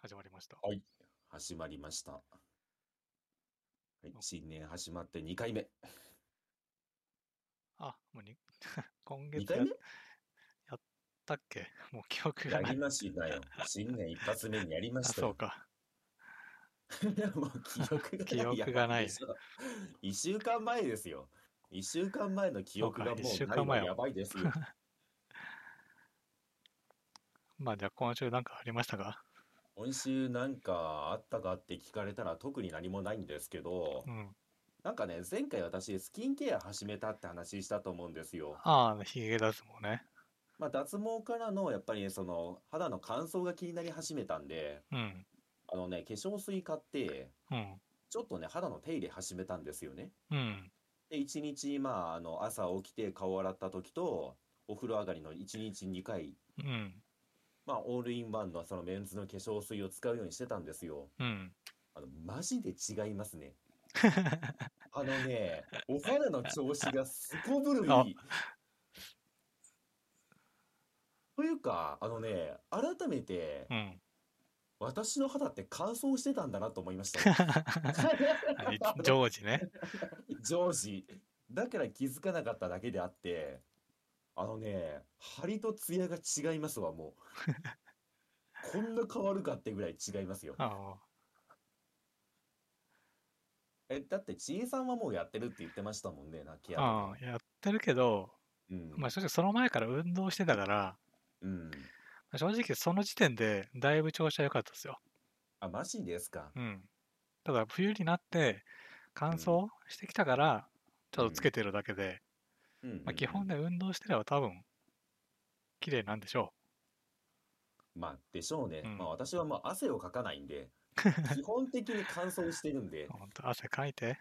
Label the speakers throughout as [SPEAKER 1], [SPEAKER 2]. [SPEAKER 1] 始まりました。
[SPEAKER 2] はい。始まりました。はい、新年始まって2回目。
[SPEAKER 1] あ、もうに 今
[SPEAKER 2] 2
[SPEAKER 1] 月
[SPEAKER 2] 回
[SPEAKER 1] や
[SPEAKER 2] 目
[SPEAKER 1] やったっけもう記憶が
[SPEAKER 2] や
[SPEAKER 1] な
[SPEAKER 2] り
[SPEAKER 1] い。
[SPEAKER 2] ましたよ。新年一発目にやりま
[SPEAKER 1] あ、
[SPEAKER 2] した
[SPEAKER 1] そう
[SPEAKER 2] よ。
[SPEAKER 1] か。
[SPEAKER 2] いや もう記憶が
[SPEAKER 1] 記
[SPEAKER 2] ない。や
[SPEAKER 1] 憶
[SPEAKER 2] ば
[SPEAKER 1] が
[SPEAKER 2] い
[SPEAKER 1] な
[SPEAKER 2] で
[SPEAKER 1] い。
[SPEAKER 2] しょ。1週間前ですよ。1週間前の記
[SPEAKER 1] そう
[SPEAKER 2] 憶
[SPEAKER 1] か、
[SPEAKER 2] が
[SPEAKER 1] 一
[SPEAKER 2] もう
[SPEAKER 1] 週
[SPEAKER 2] な
[SPEAKER 1] 間
[SPEAKER 2] いのは
[SPEAKER 1] 前は。
[SPEAKER 2] やばいですよ。
[SPEAKER 1] まあじゃあ今週なんかありましたか
[SPEAKER 2] 今週なんかあったかって聞かれたら特に何もないんですけど、
[SPEAKER 1] うん。
[SPEAKER 2] なんかね、前回私スキンケア始めたって話したと思うんですよ。
[SPEAKER 1] ああ、ヒゲ脱毛ね。
[SPEAKER 2] まあ脱毛からのやっぱりその肌の乾燥が気になり始めたんで、
[SPEAKER 1] うん。
[SPEAKER 2] あのね、化粧水買って、
[SPEAKER 1] うん。
[SPEAKER 2] ちょっとね、肌の手入れ始めたんですよね。
[SPEAKER 1] うん。
[SPEAKER 2] で、一日、まあ、あの、朝起きて顔洗った時と、お風呂上がりの一日2回、
[SPEAKER 1] うん。
[SPEAKER 2] まあ、オールインワンのそのメンズの化粧水を使うようにしてたんですよ。
[SPEAKER 1] うん。
[SPEAKER 2] あの、マジで違います ね。あのね、お肌の調子がすこぶる
[SPEAKER 1] あ、
[SPEAKER 2] いい。というか、あのね、改めて、
[SPEAKER 1] うん。
[SPEAKER 2] 私の肌って乾燥してたんだなと思いました よ。
[SPEAKER 1] あい
[SPEAKER 2] あの
[SPEAKER 1] 常時ね。
[SPEAKER 2] 常時だから気づかなかっただけであってあのね張りと艶が違いますわもう こんな変わるかってぐらい違いますよ
[SPEAKER 1] あ
[SPEAKER 2] えだってちえさんはもうやってるって言ってましたもんねなケアと
[SPEAKER 1] あ、
[SPEAKER 2] か
[SPEAKER 1] うん。やってるけど、
[SPEAKER 2] う
[SPEAKER 1] まあ
[SPEAKER 2] ん
[SPEAKER 1] 正直その前から運動してたから、
[SPEAKER 2] うん
[SPEAKER 1] 正直その時点でだいぶ調子は良かったですよ。
[SPEAKER 2] あマジですか
[SPEAKER 1] うん。ただ冬になって乾
[SPEAKER 2] うん
[SPEAKER 1] 燥してきたからち
[SPEAKER 2] う
[SPEAKER 1] ょっとつけ
[SPEAKER 2] ん
[SPEAKER 1] てるだけで、
[SPEAKER 2] うんうん
[SPEAKER 1] まあ、基
[SPEAKER 2] う
[SPEAKER 1] 本
[SPEAKER 2] ん
[SPEAKER 1] で運動してれば多分綺麗なんでしょ
[SPEAKER 2] まあでしょう
[SPEAKER 1] う。う
[SPEAKER 2] ねまあ
[SPEAKER 1] ん。
[SPEAKER 2] 私はまあ汗をかかない んで基本的に乾燥してるんで
[SPEAKER 1] ほんと汗かいて。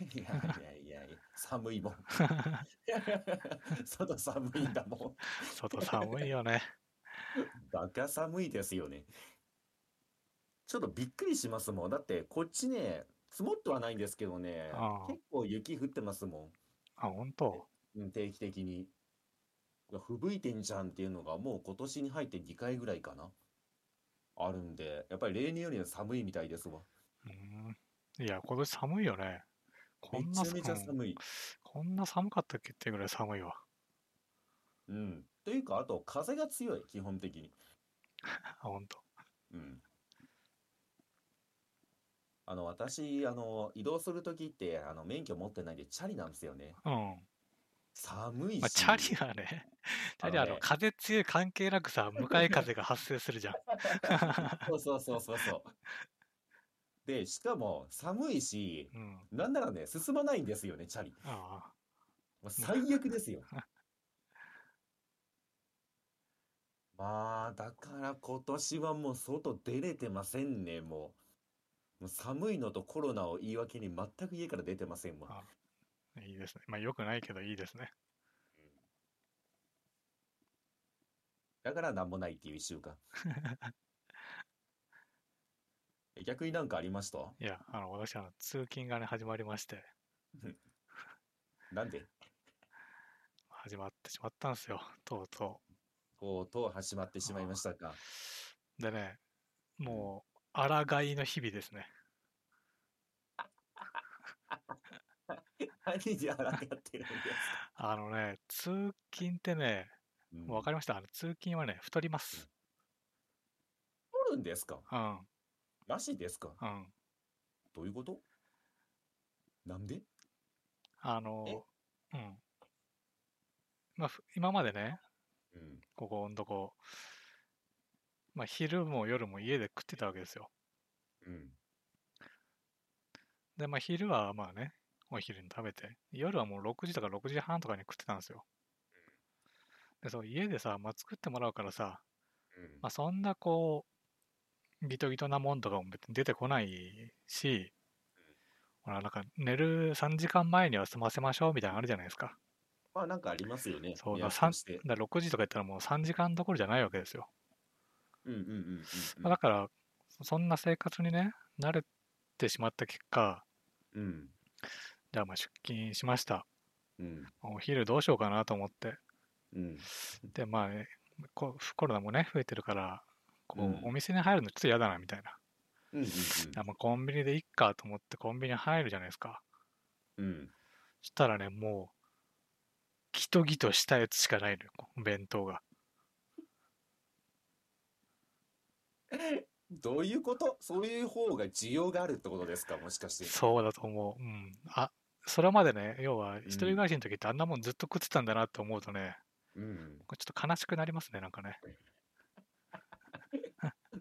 [SPEAKER 2] いやいやいやいや寒いもん 外寒いんだもん
[SPEAKER 1] 外寒いよ ね。
[SPEAKER 2] バカ寒いですよね。ちょっとびっくりしますもん。だってこっちね、積もってはないんですけどね、
[SPEAKER 1] あ
[SPEAKER 2] 結構雪降ってますも
[SPEAKER 1] あ、あ、ほん
[SPEAKER 2] ん。え
[SPEAKER 1] と。
[SPEAKER 2] うん定期的に。いや吹雪いてんじゃんっていうのがもう今年に入って2回ぐらいかな。あるんで、やっぱり例年よりは寒いみたいですわ。
[SPEAKER 1] うん。いや、今年寒いよね。こ
[SPEAKER 2] め
[SPEAKER 1] んな
[SPEAKER 2] ちゃ
[SPEAKER 1] さ、
[SPEAKER 2] め
[SPEAKER 1] う
[SPEAKER 2] ちゃ
[SPEAKER 1] ん、
[SPEAKER 2] 寒い。
[SPEAKER 1] こんな寒かったっけってぐらい寒いわ。
[SPEAKER 2] うん。というか、あと風が強い、基本的に。
[SPEAKER 1] あ、ほんと。
[SPEAKER 2] うん。あの、私、あの、移動するときって、あの、免許持ってないんで、チャリなんですよね。
[SPEAKER 1] うん。
[SPEAKER 2] 寒い
[SPEAKER 1] まあ、チャ
[SPEAKER 2] し、
[SPEAKER 1] リは ね、チャ
[SPEAKER 2] あ
[SPEAKER 1] リ
[SPEAKER 2] の
[SPEAKER 1] はあの
[SPEAKER 2] ね、
[SPEAKER 1] 風強い関係なくさ、向かい風が発生す るじゃん。
[SPEAKER 2] そうそうそうそうそう。で、しかも寒いし、
[SPEAKER 1] うん。
[SPEAKER 2] なんならね、進まないんですよね、チャリ。
[SPEAKER 1] ああ。
[SPEAKER 2] もう
[SPEAKER 1] む
[SPEAKER 2] 最悪で すよ。まあ、だから今年はもう外出れてませんね、もう。もう寒いのとコロナを言い訳に全く家から出てませんわ。
[SPEAKER 1] あいいですね。まあ、良くないけどいいですね。
[SPEAKER 2] うんだからなんもないっていう一 週間。え逆になんかありました
[SPEAKER 1] いや、あの、私、あの、通勤がね、始まりまして、
[SPEAKER 2] なんで
[SPEAKER 1] 始まってしまったんですよ、とうと
[SPEAKER 2] とうとう始まって
[SPEAKER 1] う。
[SPEAKER 2] しまいま
[SPEAKER 1] あ
[SPEAKER 2] したか。
[SPEAKER 1] あでね、
[SPEAKER 2] うん。
[SPEAKER 1] もう、抗いの日々ですね。
[SPEAKER 2] 何に腹がってるんですか。
[SPEAKER 1] あのね、通勤ってね、
[SPEAKER 2] う
[SPEAKER 1] もう分かり
[SPEAKER 2] ん。
[SPEAKER 1] ました。あの、通勤はね、太ります。
[SPEAKER 2] 取るんですか
[SPEAKER 1] うん、
[SPEAKER 2] マジですか
[SPEAKER 1] うん。
[SPEAKER 2] どういうことなんで
[SPEAKER 1] あ
[SPEAKER 2] え
[SPEAKER 1] の、うん。まあ、ふ今までね、
[SPEAKER 2] うん。
[SPEAKER 1] ここんとこ、まあ、昼も夜も家で食ってたわけですよ。
[SPEAKER 2] うん。
[SPEAKER 1] で、まあ、昼はまあね、お昼に食べて、夜はもう6時とか6時半とかに食ってたんですよ。で、そう、家でさ、まあ、作ってもらうからさ、
[SPEAKER 2] うん。
[SPEAKER 1] まあ、そんなこう、ギトギトなもんとかも別に出てこないし、ほら、なんか寝る3時間前には済ませましょうみたいなのあるじゃないですか。
[SPEAKER 2] まあなんかありますよね、
[SPEAKER 1] そう、
[SPEAKER 2] 目
[SPEAKER 1] だから
[SPEAKER 2] 安と
[SPEAKER 1] 三
[SPEAKER 2] して。
[SPEAKER 1] だから6時とか言ったらもう3時間どころじゃないわけですよ。
[SPEAKER 2] うんうんうんう
[SPEAKER 1] まあ、だ
[SPEAKER 2] ん
[SPEAKER 1] から、そそんな生活にね、慣れてしまった結果、
[SPEAKER 2] うん。
[SPEAKER 1] じゃあまあ出勤しました。
[SPEAKER 2] うん。
[SPEAKER 1] お昼どうしようかなと思って。
[SPEAKER 2] うん。
[SPEAKER 1] で、まあね、ココロナもね、増えてるから、こう、
[SPEAKER 2] うん
[SPEAKER 1] お店に入るのちょっと嫌だなみたいな。
[SPEAKER 2] うん
[SPEAKER 1] あまあ、コンビニでいっかと思ってコンビニ入るじゃないですか。
[SPEAKER 2] うんうん。
[SPEAKER 1] そしたらね、もう、ギトギトしたやつしかないのよ、こう弁当が。
[SPEAKER 2] うん。どういうことそういう方が需要があるってことですかもしかして。
[SPEAKER 1] そうだと思う。うん。あ、それまでね、要は、一人暮らしの時ってあんなもんずっと食ってたんだなって思うとね、
[SPEAKER 2] うん。
[SPEAKER 1] これちょっと悲しくなりますね、なんかね。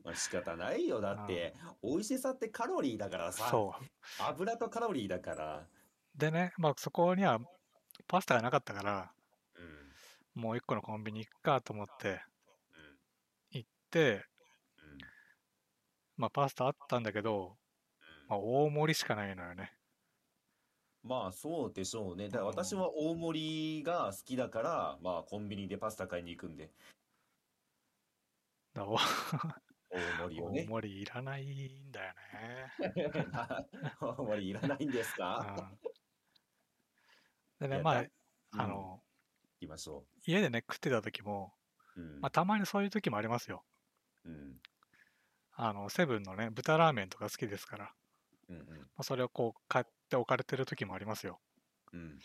[SPEAKER 2] まあ仕方ないよ。だって、美味しさってカロリーだからさ。
[SPEAKER 1] そう。
[SPEAKER 2] 油とカロリーだから。
[SPEAKER 1] でね、まあそこにはパスタがなかったから、
[SPEAKER 2] うん。
[SPEAKER 1] もう一個のコンビニ行くかと思って、で、
[SPEAKER 2] うん。うん。
[SPEAKER 1] まあパスタあったんだけど、まあ大盛りしかないのよね。
[SPEAKER 2] まあそうでしょうね。だから私は大盛りが好きだから、まあコンビニでパスタ買いに行くんで、
[SPEAKER 1] だから
[SPEAKER 2] 大盛りを
[SPEAKER 1] 大
[SPEAKER 2] ね。
[SPEAKER 1] 盛りいらないんだよね。
[SPEAKER 2] 大盛りいらないんですか
[SPEAKER 1] うん、で
[SPEAKER 2] い
[SPEAKER 1] ね、
[SPEAKER 2] や
[SPEAKER 1] まあ
[SPEAKER 2] だ、
[SPEAKER 1] あ、の、
[SPEAKER 2] うん行きましょ
[SPEAKER 1] 家でね、食ってた時も、
[SPEAKER 2] う。うん
[SPEAKER 1] まあ、たまにそういう時もありますよ。
[SPEAKER 2] うん。
[SPEAKER 1] あの、セブンのね、豚ラーメンとか好きですから、ま
[SPEAKER 2] うん
[SPEAKER 1] あ、それをこう、買って置かれてる時もありますよ。
[SPEAKER 2] うん。うん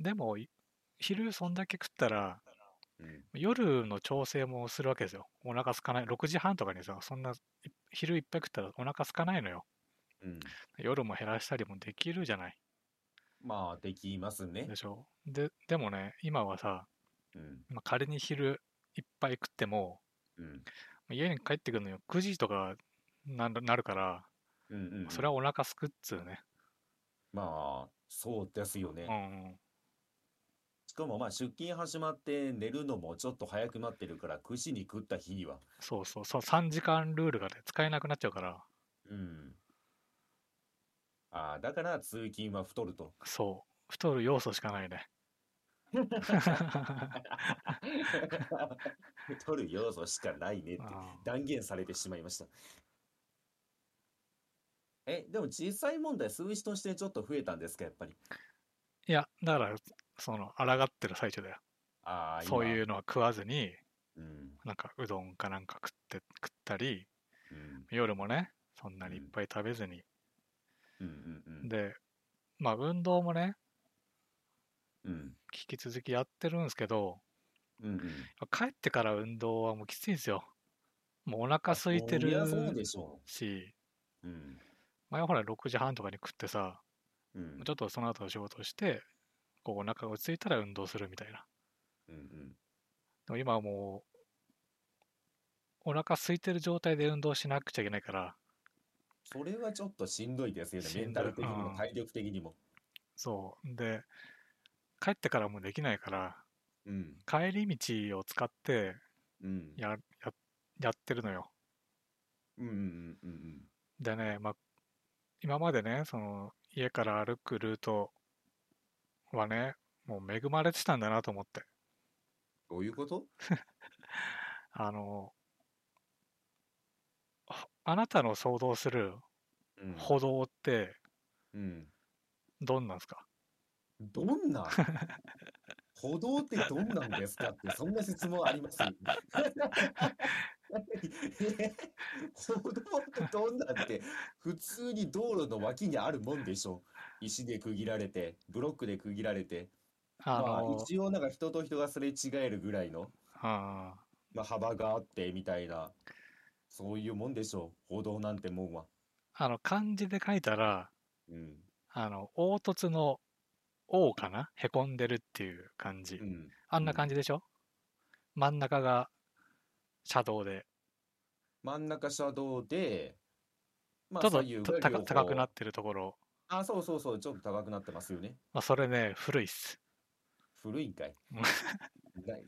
[SPEAKER 1] でも、い昼そんだけ食ったら、
[SPEAKER 2] うん。
[SPEAKER 1] 夜の調整もするわけですよ。お腹空かない。6時半とかにさ、そんな、い昼いっぱい食ったらお腹空かないのよ。
[SPEAKER 2] うん。
[SPEAKER 1] 夜も減らしたりもできるじゃない
[SPEAKER 2] まあできますね
[SPEAKER 1] で。しょ。で、でもね、今はさ、
[SPEAKER 2] うん。
[SPEAKER 1] まあ、仮に昼いっぱい食っても
[SPEAKER 2] うん。
[SPEAKER 1] 家に帰ってくるのよ9時とかなるなるから
[SPEAKER 2] うんうん。
[SPEAKER 1] それはお腹すくっつうね、
[SPEAKER 2] まあ、そうですよ
[SPEAKER 1] う
[SPEAKER 2] ね。
[SPEAKER 1] ん、
[SPEAKER 2] しかもまあ出勤始まって寝るのもちょっと早くなってるから、9時に食った日には。
[SPEAKER 1] そうそうそう3時間ルールがね使えなくなっちゃうから
[SPEAKER 2] うん。ああ、だから通勤は太ると。
[SPEAKER 1] そう太る要素しかない ね
[SPEAKER 2] 太る要素しかないねって
[SPEAKER 1] あ
[SPEAKER 2] 断言されてしまいました。え、でも実際問題数字としてちょっと増えたんですか、やっぱり。
[SPEAKER 1] いやだからその抗ってる最中だよ
[SPEAKER 2] ああ、
[SPEAKER 1] そう
[SPEAKER 2] う。
[SPEAKER 1] いうのは食わずに
[SPEAKER 2] うん。
[SPEAKER 1] なんかうどんかなんか食って食ったり
[SPEAKER 2] うん。
[SPEAKER 1] 夜もねそんなにいっぱい食べずに、
[SPEAKER 2] うん。うん。
[SPEAKER 1] でまあ運動もね
[SPEAKER 2] うん。
[SPEAKER 1] 引き続きやってるんですけど、
[SPEAKER 2] うん。うん。
[SPEAKER 1] 帰ってから運動はもうきついんですよ。もうお腹空いて
[SPEAKER 2] そり
[SPEAKER 1] る
[SPEAKER 2] ゃそうでしょ
[SPEAKER 1] し、
[SPEAKER 2] う。うん。
[SPEAKER 1] 前はほら6時半とかに食ってさ、
[SPEAKER 2] うん。
[SPEAKER 1] ちょっとその後仕事して、こうお腹が落ち着いたら運動するみたいな。
[SPEAKER 2] うん。うん。
[SPEAKER 1] でも今はもう、お腹空いてる状態で運動しなくちゃいけないから、
[SPEAKER 2] それはちょっとしんどいですよね。
[SPEAKER 1] しんど
[SPEAKER 2] メ
[SPEAKER 1] い
[SPEAKER 2] ンタル的に
[SPEAKER 1] う
[SPEAKER 2] も
[SPEAKER 1] ん
[SPEAKER 2] 体力的にも。
[SPEAKER 1] そう。で、帰ってからもできないから、
[SPEAKER 2] うん。
[SPEAKER 1] 帰り道を使って
[SPEAKER 2] うん。
[SPEAKER 1] やややってるのよ。
[SPEAKER 2] うん。うん。うん。うん。
[SPEAKER 1] でね、まあ、今までね、その家から歩くルートはね、もう恵まれてたんだなと思って。
[SPEAKER 2] どういうこと
[SPEAKER 1] あの、ああなたの想像する
[SPEAKER 2] うん
[SPEAKER 1] 歩道って
[SPEAKER 2] うん。
[SPEAKER 1] どんなんですか、
[SPEAKER 2] ど んな歩道ってどんなんですかって、そんな質問あります え歩道ってどんなんって、普通に道路の脇にあるもんでしょ。石で区切られて、ブロックで区切られて、
[SPEAKER 1] あ
[SPEAKER 2] まあ
[SPEAKER 1] の、
[SPEAKER 2] 一応なんか人と人がすれ違えるぐらいの、
[SPEAKER 1] あ
[SPEAKER 2] まあ、幅があってみたいな、そういうもんでしょう。歩道なんてもんは。
[SPEAKER 1] ーあの漢字で書いたら、
[SPEAKER 2] うん。
[SPEAKER 1] あの、凹凸の凹かなへこんでるっていう感じ
[SPEAKER 2] う。ん。
[SPEAKER 1] あんな感じでしょ、真ん中が車道で、
[SPEAKER 2] 真ん中車道で、まあ、
[SPEAKER 1] ちょっと
[SPEAKER 2] 左右
[SPEAKER 1] と
[SPEAKER 2] が
[SPEAKER 1] 高
[SPEAKER 2] 両
[SPEAKER 1] 高く
[SPEAKER 2] 方
[SPEAKER 1] なってるところ、
[SPEAKER 2] あ、そうそうそう、ちょっと高くなってますよね。
[SPEAKER 1] まあ、それね、古いっす。
[SPEAKER 2] 古いん かい。
[SPEAKER 1] うん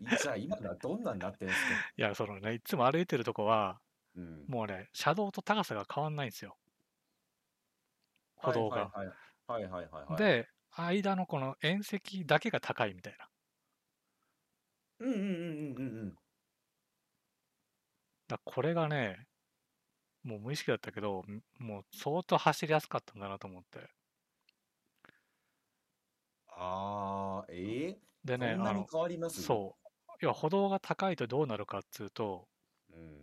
[SPEAKER 2] な じゃあ今のはどんなんなってんすか
[SPEAKER 1] いや、そのね、いつも歩いてるとこは、
[SPEAKER 2] うん。
[SPEAKER 1] もうね、車道と高さが変わんないんですよ。歩道が。
[SPEAKER 2] はいはいはいはいはいはいはい。、
[SPEAKER 1] で、間のこの縁石だけが高いみたいな。
[SPEAKER 2] うんうんうんうんうん
[SPEAKER 1] だからこれがね、もう無意識だったけど、んもう相当走りやすかったんだなと思って。
[SPEAKER 2] ああ、ええ
[SPEAKER 1] で
[SPEAKER 2] そ
[SPEAKER 1] ね、
[SPEAKER 2] ん
[SPEAKER 1] あ
[SPEAKER 2] なに
[SPEAKER 1] の、
[SPEAKER 2] 変わります
[SPEAKER 1] そう。要は歩道が高いとどうなるかっつうと、
[SPEAKER 2] う。うん。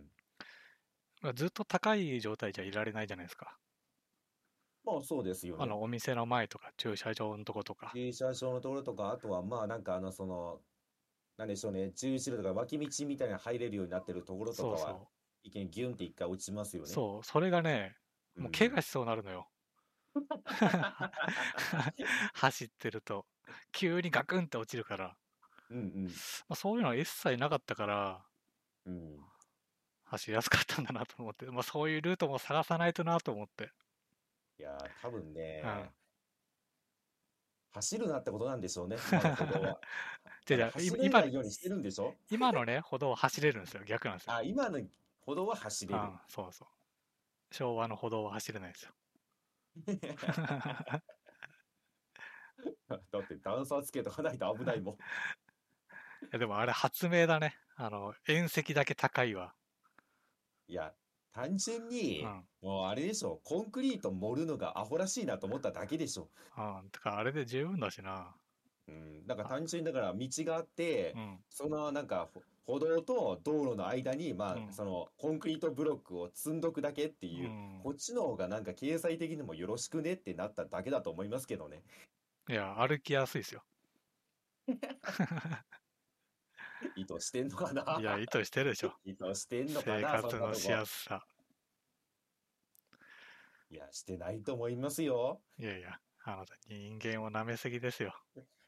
[SPEAKER 1] まあずっと高い状態じゃいられないじゃないですか。
[SPEAKER 2] まあそうですよ
[SPEAKER 1] あ
[SPEAKER 2] ね。
[SPEAKER 1] の、お店の前とか、駐車場のとことか。
[SPEAKER 2] 停車場のところとか、あとはまあなんかあのその、なんでしょうね、中止路とか脇道みたいな入れるようになってるところとか
[SPEAKER 1] そう
[SPEAKER 2] は、
[SPEAKER 1] そ
[SPEAKER 2] 一見ギュンって一回落ちますよ
[SPEAKER 1] う。
[SPEAKER 2] ね。
[SPEAKER 1] そう、それがね、もう怪我
[SPEAKER 2] し
[SPEAKER 1] しそうになるの よ。走ってると。急にガクンって落ちるから。
[SPEAKER 2] うん
[SPEAKER 1] まあ、そういうのは一切なかったから、
[SPEAKER 2] うんうん。
[SPEAKER 1] 走りやすかったんだなと思って、まあ、そういうルートも探さないとなと思って。
[SPEAKER 2] いやー、多分ね
[SPEAKER 1] うん、
[SPEAKER 2] 走るなってことなんでしょ うね、今の歩道は。
[SPEAKER 1] じゃあじゃ
[SPEAKER 2] あの走
[SPEAKER 1] あい
[SPEAKER 2] れ
[SPEAKER 1] 今
[SPEAKER 2] ないようにしてるんでしょ
[SPEAKER 1] 今のね、歩道は走れるんですよ。逆なんですよ。
[SPEAKER 2] あ、今の歩道は走れる。
[SPEAKER 1] あそうそう。昭和の歩道は走れないですよ。
[SPEAKER 2] だって段差つけとかないと危ないも ん。
[SPEAKER 1] いやでもあれ発明だね。あの、縁石だけ高いわ。
[SPEAKER 2] いや、単純
[SPEAKER 1] う
[SPEAKER 2] に、
[SPEAKER 1] ん。
[SPEAKER 2] もうあれでしょ、コンクリート盛るのがアホらしいなと思っただけでしょ。
[SPEAKER 1] うん。てか、あれで十分だしな。
[SPEAKER 2] うん、なんか単純にだから道があって
[SPEAKER 1] う、ん。
[SPEAKER 2] そのなんかほ歩道と道路の間に、ま
[SPEAKER 1] うん
[SPEAKER 2] あ、そのコンクリートブロックを積んどくだけって
[SPEAKER 1] う
[SPEAKER 2] いう、
[SPEAKER 1] ん、
[SPEAKER 2] こっちの方がなんか経済的にもよろしくねってなっただけだと思います けどね。
[SPEAKER 1] いや、歩きやすいですよ。
[SPEAKER 2] 意図してんのかない
[SPEAKER 1] や、意図してるでしょ。
[SPEAKER 2] 意図してんのか
[SPEAKER 1] 生
[SPEAKER 2] なそ
[SPEAKER 1] 活
[SPEAKER 2] んな
[SPEAKER 1] の
[SPEAKER 2] と
[SPEAKER 1] し
[SPEAKER 2] こ
[SPEAKER 1] や。すさ。
[SPEAKER 2] いや、してないと思いますよ。
[SPEAKER 1] いやいや、あなた人間を舐めすぎですよ。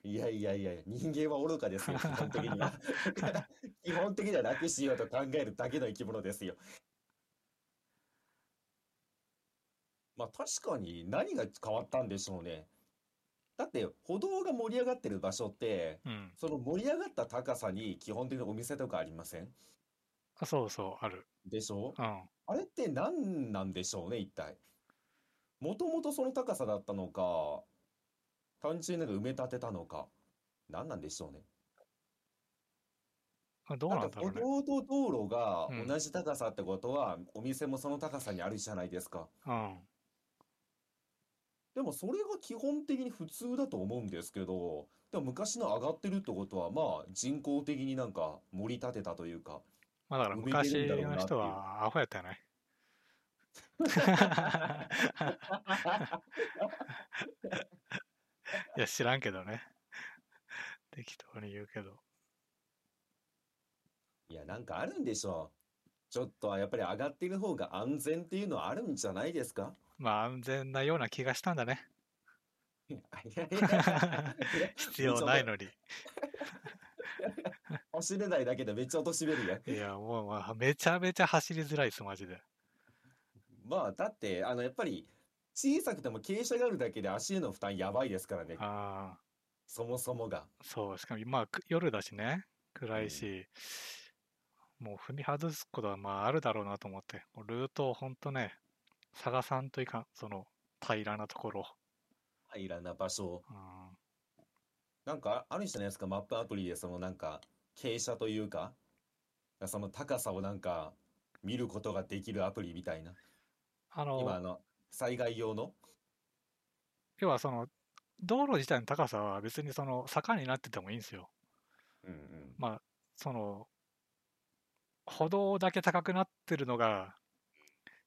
[SPEAKER 2] いやいやいやいや、人間は愚かですよ、基本 的には。基本的には楽しようと考えるだけの生き物ですよ。まあ確かに何が変わったんでしょうね。だって歩道が盛り上がってる場所って、
[SPEAKER 1] うん。
[SPEAKER 2] その盛り上がった高さに基本的にお店とかありません
[SPEAKER 1] あそうそう、ある。
[SPEAKER 2] でしょ
[SPEAKER 1] うん。
[SPEAKER 2] あれって何なんでしょうね、一体。もともとその高さだったのか、単純になんか埋め立てたのか、何なんでしょうね。
[SPEAKER 1] あどう
[SPEAKER 2] なん
[SPEAKER 1] なん
[SPEAKER 2] か
[SPEAKER 1] だろうね。
[SPEAKER 2] 歩道と道路が
[SPEAKER 1] うん
[SPEAKER 2] 同じ高さってことは、お店もその高さにあるじゃないですか。
[SPEAKER 1] うん。
[SPEAKER 2] でもそれが基本的に普通だと思うんですけど、でも昔の上がってるってことは、まあ人工的になんか盛り立てたというか、
[SPEAKER 1] まあだから
[SPEAKER 2] 埋め
[SPEAKER 1] 昔
[SPEAKER 2] てるんだろうな
[SPEAKER 1] の
[SPEAKER 2] っていう
[SPEAKER 1] 人はアホやったよ ね。いや、知らんけどね。適当に言うけど。
[SPEAKER 2] いや、なんかあるんでしょう。ちょっとはやっぱり上がってる方が安全っていうのはあるんじゃないですか
[SPEAKER 1] まあ安全なような気がしたんだ ね。
[SPEAKER 2] いやいやいや
[SPEAKER 1] 必要ないのに。
[SPEAKER 2] 走れないだけでめっちゃ貶めるやん。
[SPEAKER 1] いや、もう、まあ、めちゃめちゃ走りづらいです、マジで。
[SPEAKER 2] まあ、だって、あの、やっぱり、小さくても傾斜があるだけで足への負担やばいですからね。
[SPEAKER 1] ああ、
[SPEAKER 2] そもそもが。
[SPEAKER 1] そう、しかも、まあ、く夜だしね、暗いし、もう踏み外すことは、まあ、あるだろうなと思って、もうルートをほんとね、探さんといかん、その、平らなところ。
[SPEAKER 2] 平らな場所。
[SPEAKER 1] うん、
[SPEAKER 2] なんか、あるんじゃないですか、マップアプリで、そのなんか、傾斜というか、その高さをなんか、見ることができるアプリみたいな。
[SPEAKER 1] あ
[SPEAKER 2] 今、
[SPEAKER 1] の
[SPEAKER 2] あ、の、災害用の。
[SPEAKER 1] 要はその、道路自体の高さは別にその坂になっててもいいんですよ。
[SPEAKER 2] うんうん。
[SPEAKER 1] まあ、その、歩道だけ高くなってるのが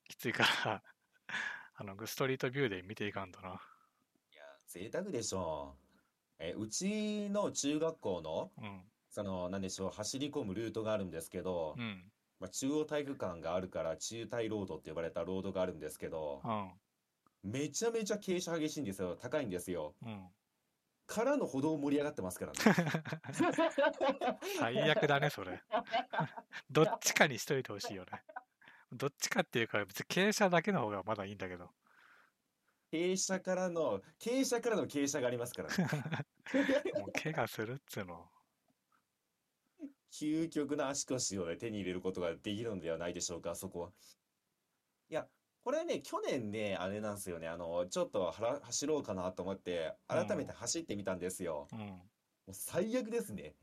[SPEAKER 1] きついから、 あの、ストリートビューで見ていかんとな。
[SPEAKER 2] いや、贅沢でしょう。え、うちの中学校の、
[SPEAKER 1] うん。
[SPEAKER 2] その、なんでしょう、走り込むルートがあるんですけど
[SPEAKER 1] う、ん。
[SPEAKER 2] まあ、中央体育館があるから中体ロードって呼ばれたロードがあるんですけど、
[SPEAKER 1] うん。
[SPEAKER 2] めちゃめちゃ傾斜激しいんですよ。高いんですよ。
[SPEAKER 1] うん。
[SPEAKER 2] からの歩道盛り上がってますからね。
[SPEAKER 1] 最悪だね、それ。どっちかにしといてほしいよね。どっちかっていうか、別に傾斜だけの方がまだいいんだけど。
[SPEAKER 2] 傾斜からの、傾斜からの傾斜がありますからね。
[SPEAKER 1] もう怪我するっつうの。
[SPEAKER 2] 究極の足腰をね、手に入れることができるのではないでしょうか、そこは。いや、これね、去年ね、あれなんですよね。あの、ちょっとはら走ろうかなと思って、改めて走ってみたんですよ。
[SPEAKER 1] うん。
[SPEAKER 2] もう最悪ですね。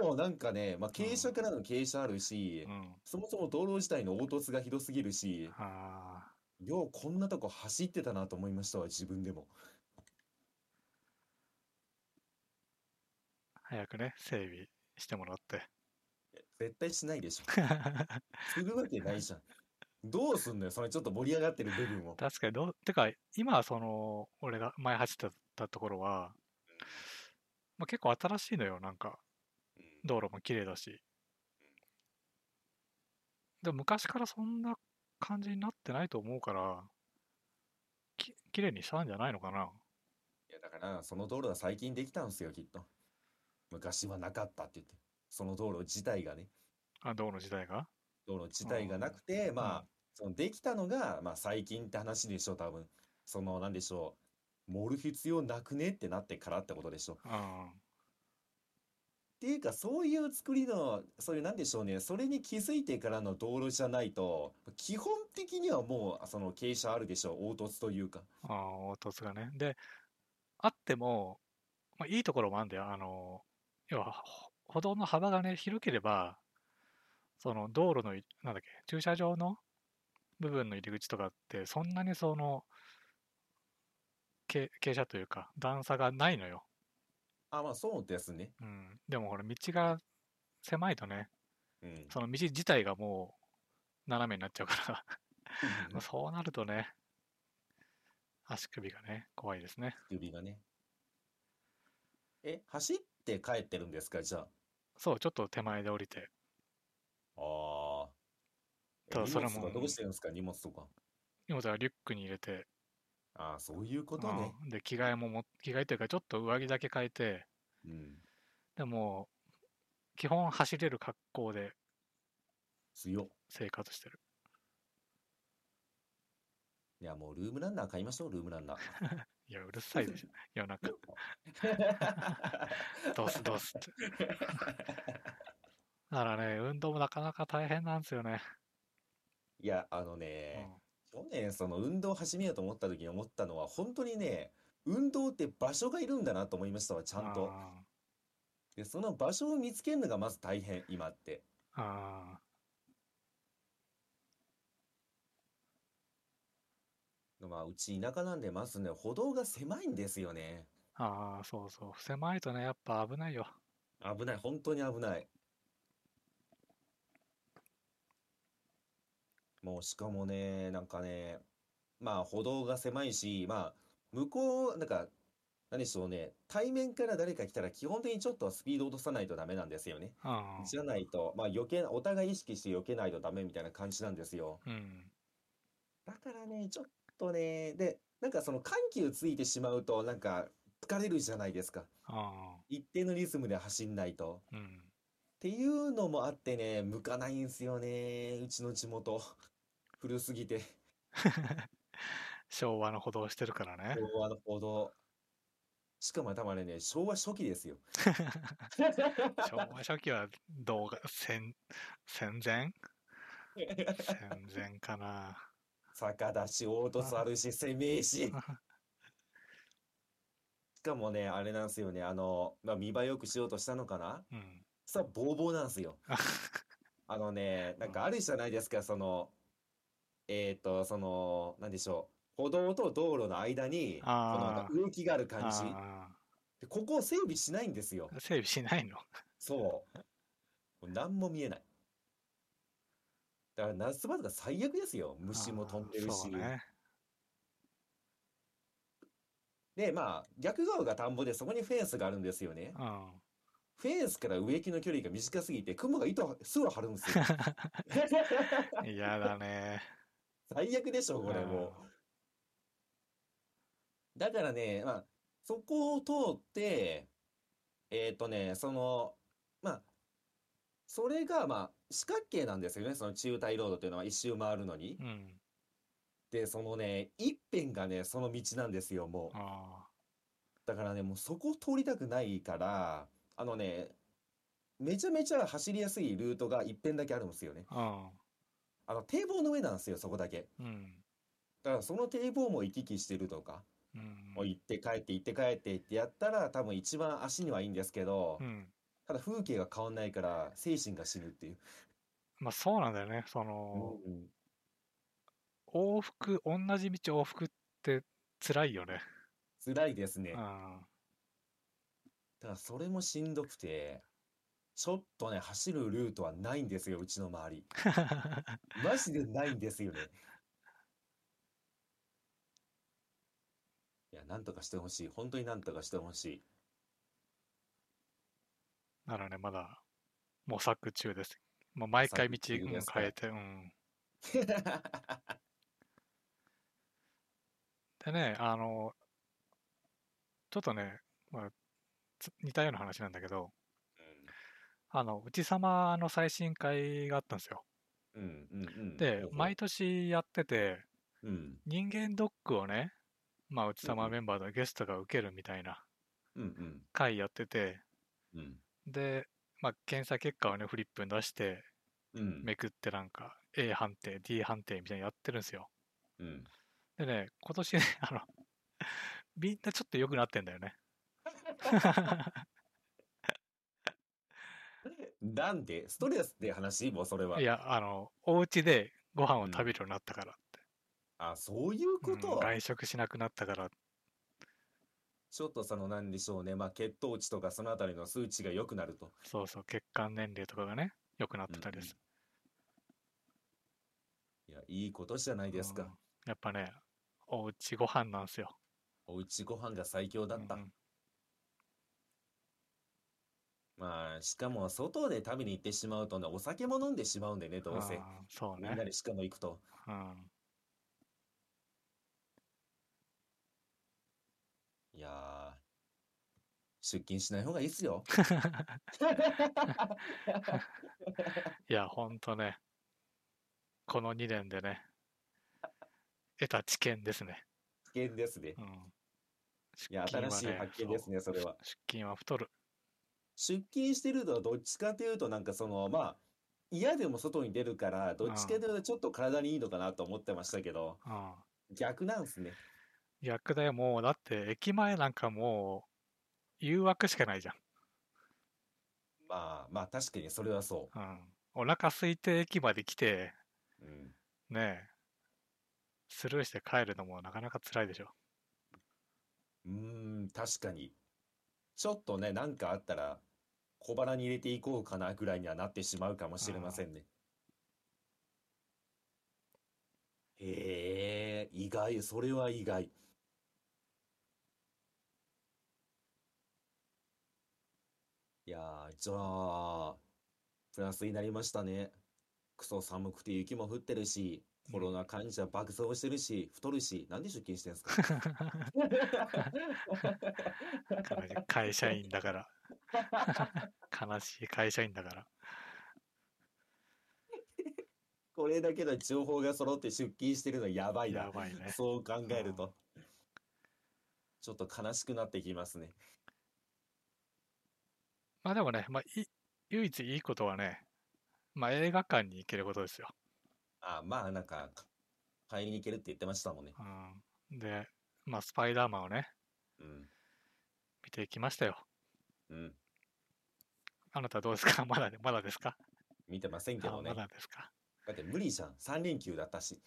[SPEAKER 2] もうなんかね、まあ、傾斜からの傾斜あるし
[SPEAKER 1] う、ん。
[SPEAKER 2] そもそも道路自体の凹凸がひどすぎるし、
[SPEAKER 1] ああ。
[SPEAKER 2] ようこんなとこ走ってたなと思いましたわ、自分でも。
[SPEAKER 1] 早くね、整備してもらって。
[SPEAKER 2] 絶対しないでしょ。するわけないじゃん。どうすんのよ、それちょっと盛り上がってる部分 を。
[SPEAKER 1] 確かにどう、てか、今、その、俺が前走ってたところは、まあ、結構新しいのよ、なんか、
[SPEAKER 2] うん
[SPEAKER 1] 道路も綺麗だし。でも、昔からそんな感じになってないと思うから、き綺麗にしたんじゃないのかな。
[SPEAKER 2] いや、だから、その道路は最近できたんですよ、きっと。昔はなかったって言って。その道路自体がね、
[SPEAKER 1] あ道路自体が。
[SPEAKER 2] 道路自体がなくて、まあ、そのできたのが、まあ、最近って話でしょ、多分。その、なんでしょう。盛る必要なくねってなってからってことでしょ。
[SPEAKER 1] うん。
[SPEAKER 2] っていうか、そういう作りの、そういうなんでしょうね、それに気づいてからの道路じゃないと、基本的にはもう、その傾斜あるでしょう、凹凸というか。
[SPEAKER 1] ああ、凹凸がね。で、あっても、まあ、いいところもあるんだよ。あの、要は、ほ歩道の幅がね、広ければ、その道路のい、なんだっけ、駐車場の部分の入り口とかって、そんなにその、け傾斜というか、段差がないのよ。
[SPEAKER 2] あ、まあ、そうですね。
[SPEAKER 1] うん。でも、ほら、道が狭いとね、
[SPEAKER 2] うん。
[SPEAKER 1] その道自体がもう、斜めになっちゃうから、まあそうなるとね、足首がね、怖いですね。
[SPEAKER 2] 指がね。え、走って帰ってるんですか、じゃあ。
[SPEAKER 1] そう、ちょっと手前で降りて。
[SPEAKER 2] ああ。え
[SPEAKER 1] ただ
[SPEAKER 2] 荷
[SPEAKER 1] それ
[SPEAKER 2] 物とか
[SPEAKER 1] も
[SPEAKER 2] どうしてるんですか、荷物とか。
[SPEAKER 1] 荷物はリュックに入れて、
[SPEAKER 2] ああ、そういうことね。
[SPEAKER 1] うんで着替えもも着替えというかちょっと上着だけ変えて
[SPEAKER 2] うん。
[SPEAKER 1] でも基本走れる格好で
[SPEAKER 2] 強っ。
[SPEAKER 1] 生活してる
[SPEAKER 2] いや、もうルームランナー買いましょう、ルームランナー。
[SPEAKER 1] いやうるさいでしょ夜 中 ドスドスってだからね運動もなかなか大変なんですよね、
[SPEAKER 2] いや、あの
[SPEAKER 1] うん
[SPEAKER 2] ね、去年その運動を始めようと思った時に思ったのは、本当にね、運動って場所がいるんだなと思いましたわ、ちゃんと。
[SPEAKER 1] あ
[SPEAKER 2] で、その場所を見つけるのがまず大変、今って。
[SPEAKER 1] ーあ
[SPEAKER 2] まあ、うち田舎なんで、まずね、歩道が狭いんですよね。
[SPEAKER 1] ーあーそうそう狭いとねやっぱ危ないよ
[SPEAKER 2] 危ない、本当に危ない。もうしかもね、なんかね、まあ歩道が狭いし、まあ向こう、なんか、何でしょうね、対面から誰か来たら基本的にちょっとスピード落とさないとダメなんですよね。
[SPEAKER 1] あ
[SPEAKER 2] じゃないと、まあ避け、お互い意識して避けないとダメみたいな感じなんですよ。
[SPEAKER 1] うん
[SPEAKER 2] だからね、ちょっとね、で、なんかその緩急ついてしまうと、なんか疲れるじゃないですか。
[SPEAKER 1] あ
[SPEAKER 2] 一定のリズムで走んないと。
[SPEAKER 1] ーうん
[SPEAKER 2] っていうのもあってね、向かないんすよね、うちの地元。 古すぎて、
[SPEAKER 1] 昭和の歩道してるからね
[SPEAKER 2] 昭和の歩道。しかも多分あれね、昭和初期です よ。
[SPEAKER 1] 昭和初期は動画戦戦前戦前か な
[SPEAKER 2] 坂だし、凹凸あるし、狭いし。しかもね、あれなんすよね、あの、まあ、見栄え良くしようとしたのかな
[SPEAKER 1] うん
[SPEAKER 2] さあ、ボーボーなんすよ。あのね、なんかあるじゃないですか、その、えっと、その、なんでしょう。歩道と道路の間に、このなんか
[SPEAKER 1] あー
[SPEAKER 2] 植木がある感じ。
[SPEAKER 1] あ
[SPEAKER 2] でここを整備しないんですよ。
[SPEAKER 1] ー整備しないの
[SPEAKER 2] そう。もう何も見えない。だから夏場とか最悪ですよ。虫も飛んでる
[SPEAKER 1] あーそ
[SPEAKER 2] し
[SPEAKER 1] う。ね
[SPEAKER 2] で、まあ、逆側が田んぼでそこにフェンスがあるんですよね。
[SPEAKER 1] うん
[SPEAKER 2] フェンスから植木の距離が短すぎて、雲が糸をすぐ張るんで すよ。
[SPEAKER 1] 嫌だね
[SPEAKER 2] 最悪でしょ、これもう。だからね、まあ、そこを通って、えっとね、その、まあ、それが、まあ、四角形なんですよね。その中帯ロードというのは一周回るのに
[SPEAKER 1] う。ん
[SPEAKER 2] で、そのね、一辺がね、その道なんですよ、もう。
[SPEAKER 1] あ
[SPEAKER 2] だからね、もうそこを通りたくないから、あのね、めちゃめちゃ走りやすいルートが一辺だけあるんですよね。
[SPEAKER 1] ー
[SPEAKER 2] あの、堤防の上なんですよ、そこだけ。
[SPEAKER 1] うんうん
[SPEAKER 2] だからその堤防も行き来してるとか、
[SPEAKER 1] うん
[SPEAKER 2] もう行って帰って行って帰ってってやったら多分一番足にはいいんですけど
[SPEAKER 1] う、ん
[SPEAKER 2] ただ風景が変わんないから精神が死ぬっていう。
[SPEAKER 1] まあそうなんだよねその往復同じ道往復って辛いよね
[SPEAKER 2] 辛いですね。
[SPEAKER 1] うん
[SPEAKER 2] だからそれもしんどくて、ちょっとね、走るルートはないんですよ、うちの周り。マジでないんですよね。いや、なんとかしてほしい。本当になんとかしてほしい。
[SPEAKER 1] ならね、まだ模索中です。もう毎回道
[SPEAKER 2] 模索中
[SPEAKER 1] うん
[SPEAKER 2] ですか
[SPEAKER 1] 変えて、うん。でね、あの、ちょっとね、まあ、つ似たような話なんだけど、あの、うちさまの最新会があったんですよ。
[SPEAKER 2] うん、うん、うんうん。
[SPEAKER 1] で
[SPEAKER 2] ほう、ほう
[SPEAKER 1] 毎年やってて、
[SPEAKER 2] うん、
[SPEAKER 1] 人間ドックをね、まあ、うちさ
[SPEAKER 2] うん
[SPEAKER 1] ま
[SPEAKER 2] うん
[SPEAKER 1] メンバーのゲストが受けるみたいな
[SPEAKER 2] うん、
[SPEAKER 1] 会やってて、
[SPEAKER 2] うん、うん、
[SPEAKER 1] で、まあ、検査結果をね、フリップに出して、
[SPEAKER 2] うん、
[SPEAKER 1] めくってなんか A 判定、D 判定みたいなのやってるんですよ。
[SPEAKER 2] うん。
[SPEAKER 1] でね、今年ね、あの、みんなちょっと良くなってんだよ ね。
[SPEAKER 2] なんでストレスって話もうそれは。
[SPEAKER 1] いや、あの、お家でご飯を食べるようになったからって。
[SPEAKER 2] あ、そういうこ
[SPEAKER 1] うん
[SPEAKER 2] と。
[SPEAKER 1] 外食しなくなったから。
[SPEAKER 2] ちょっとそのなんでしょうね。まあ、血糖値とかそのあたりの数値が良くなると。
[SPEAKER 1] そうそう、血管年齢とかがね、良くなってたりです。
[SPEAKER 2] いや、いいことじゃないです
[SPEAKER 1] うん
[SPEAKER 2] か。
[SPEAKER 1] やっぱね、おうちご飯なんですよ。
[SPEAKER 2] おうちご飯が最強だった
[SPEAKER 1] うんう。ん
[SPEAKER 2] まあ、しかも外で食べに行ってしまうとね、お酒も飲んでしまうんでね、どうせ。
[SPEAKER 1] あーそう
[SPEAKER 2] みんな
[SPEAKER 1] ね。
[SPEAKER 2] でしかも行くと。
[SPEAKER 1] うん。
[SPEAKER 2] いやー、出勤しない方がいいっすよ。
[SPEAKER 1] いや、ほんとね、この2年でね、得た知見ですね。
[SPEAKER 2] 危険ですね
[SPEAKER 1] う。ん。
[SPEAKER 2] いや、
[SPEAKER 1] 出勤は
[SPEAKER 2] 新しい発見
[SPEAKER 1] ね
[SPEAKER 2] ですね、それは。
[SPEAKER 1] 出勤は太る。
[SPEAKER 2] 出勤してるとどっちかというとなんかそのまあ嫌でも外に出るからどっちかというとちょっと体にいいのかなと思ってましたけど
[SPEAKER 1] うん。
[SPEAKER 2] 逆なんすね
[SPEAKER 1] 逆だよ、もう、だって、駅前なんかもう、誘惑しかないじゃん。
[SPEAKER 2] まあまあ確かにそれはそ
[SPEAKER 1] うん。お腹空いて駅まで来て、
[SPEAKER 2] う、うん、
[SPEAKER 1] ねえ、スルーして帰るのもなかなか辛いでしょ。
[SPEAKER 2] うーん確かにちょっとねなんかあったら小腹に入れていこうかなぐらいにはなってしまうかもしれませんねへえ意外それは意外いやーじゃあプラスになりましたねクソ寒くて雪も降ってるしコロナ患者爆増してるし太るしなんで出勤してんすか
[SPEAKER 1] 悲しい会社員だ から。悲しい会社員だから。
[SPEAKER 2] これだけの情報が揃って出勤してるのやばい
[SPEAKER 1] や
[SPEAKER 2] な。
[SPEAKER 1] ばいね。
[SPEAKER 2] そう考える
[SPEAKER 1] う
[SPEAKER 2] と。ちょっと悲しくなってきますね。
[SPEAKER 1] まあでもね、まあ、い唯一いいことはね、まあ映画館に行けることですよ。
[SPEAKER 2] あ、まあなんか、買いに行けるって言ってましたもんね。
[SPEAKER 1] うん、で、まあスパイダーマンをね、
[SPEAKER 2] うん。
[SPEAKER 1] 見ていきましたよ。
[SPEAKER 2] うん。
[SPEAKER 1] あなたどうですか まだ、まだですか
[SPEAKER 2] 見てませんけ
[SPEAKER 1] あ
[SPEAKER 2] どね
[SPEAKER 1] ま。だですか
[SPEAKER 2] だって無理じゃん。3連休だったし。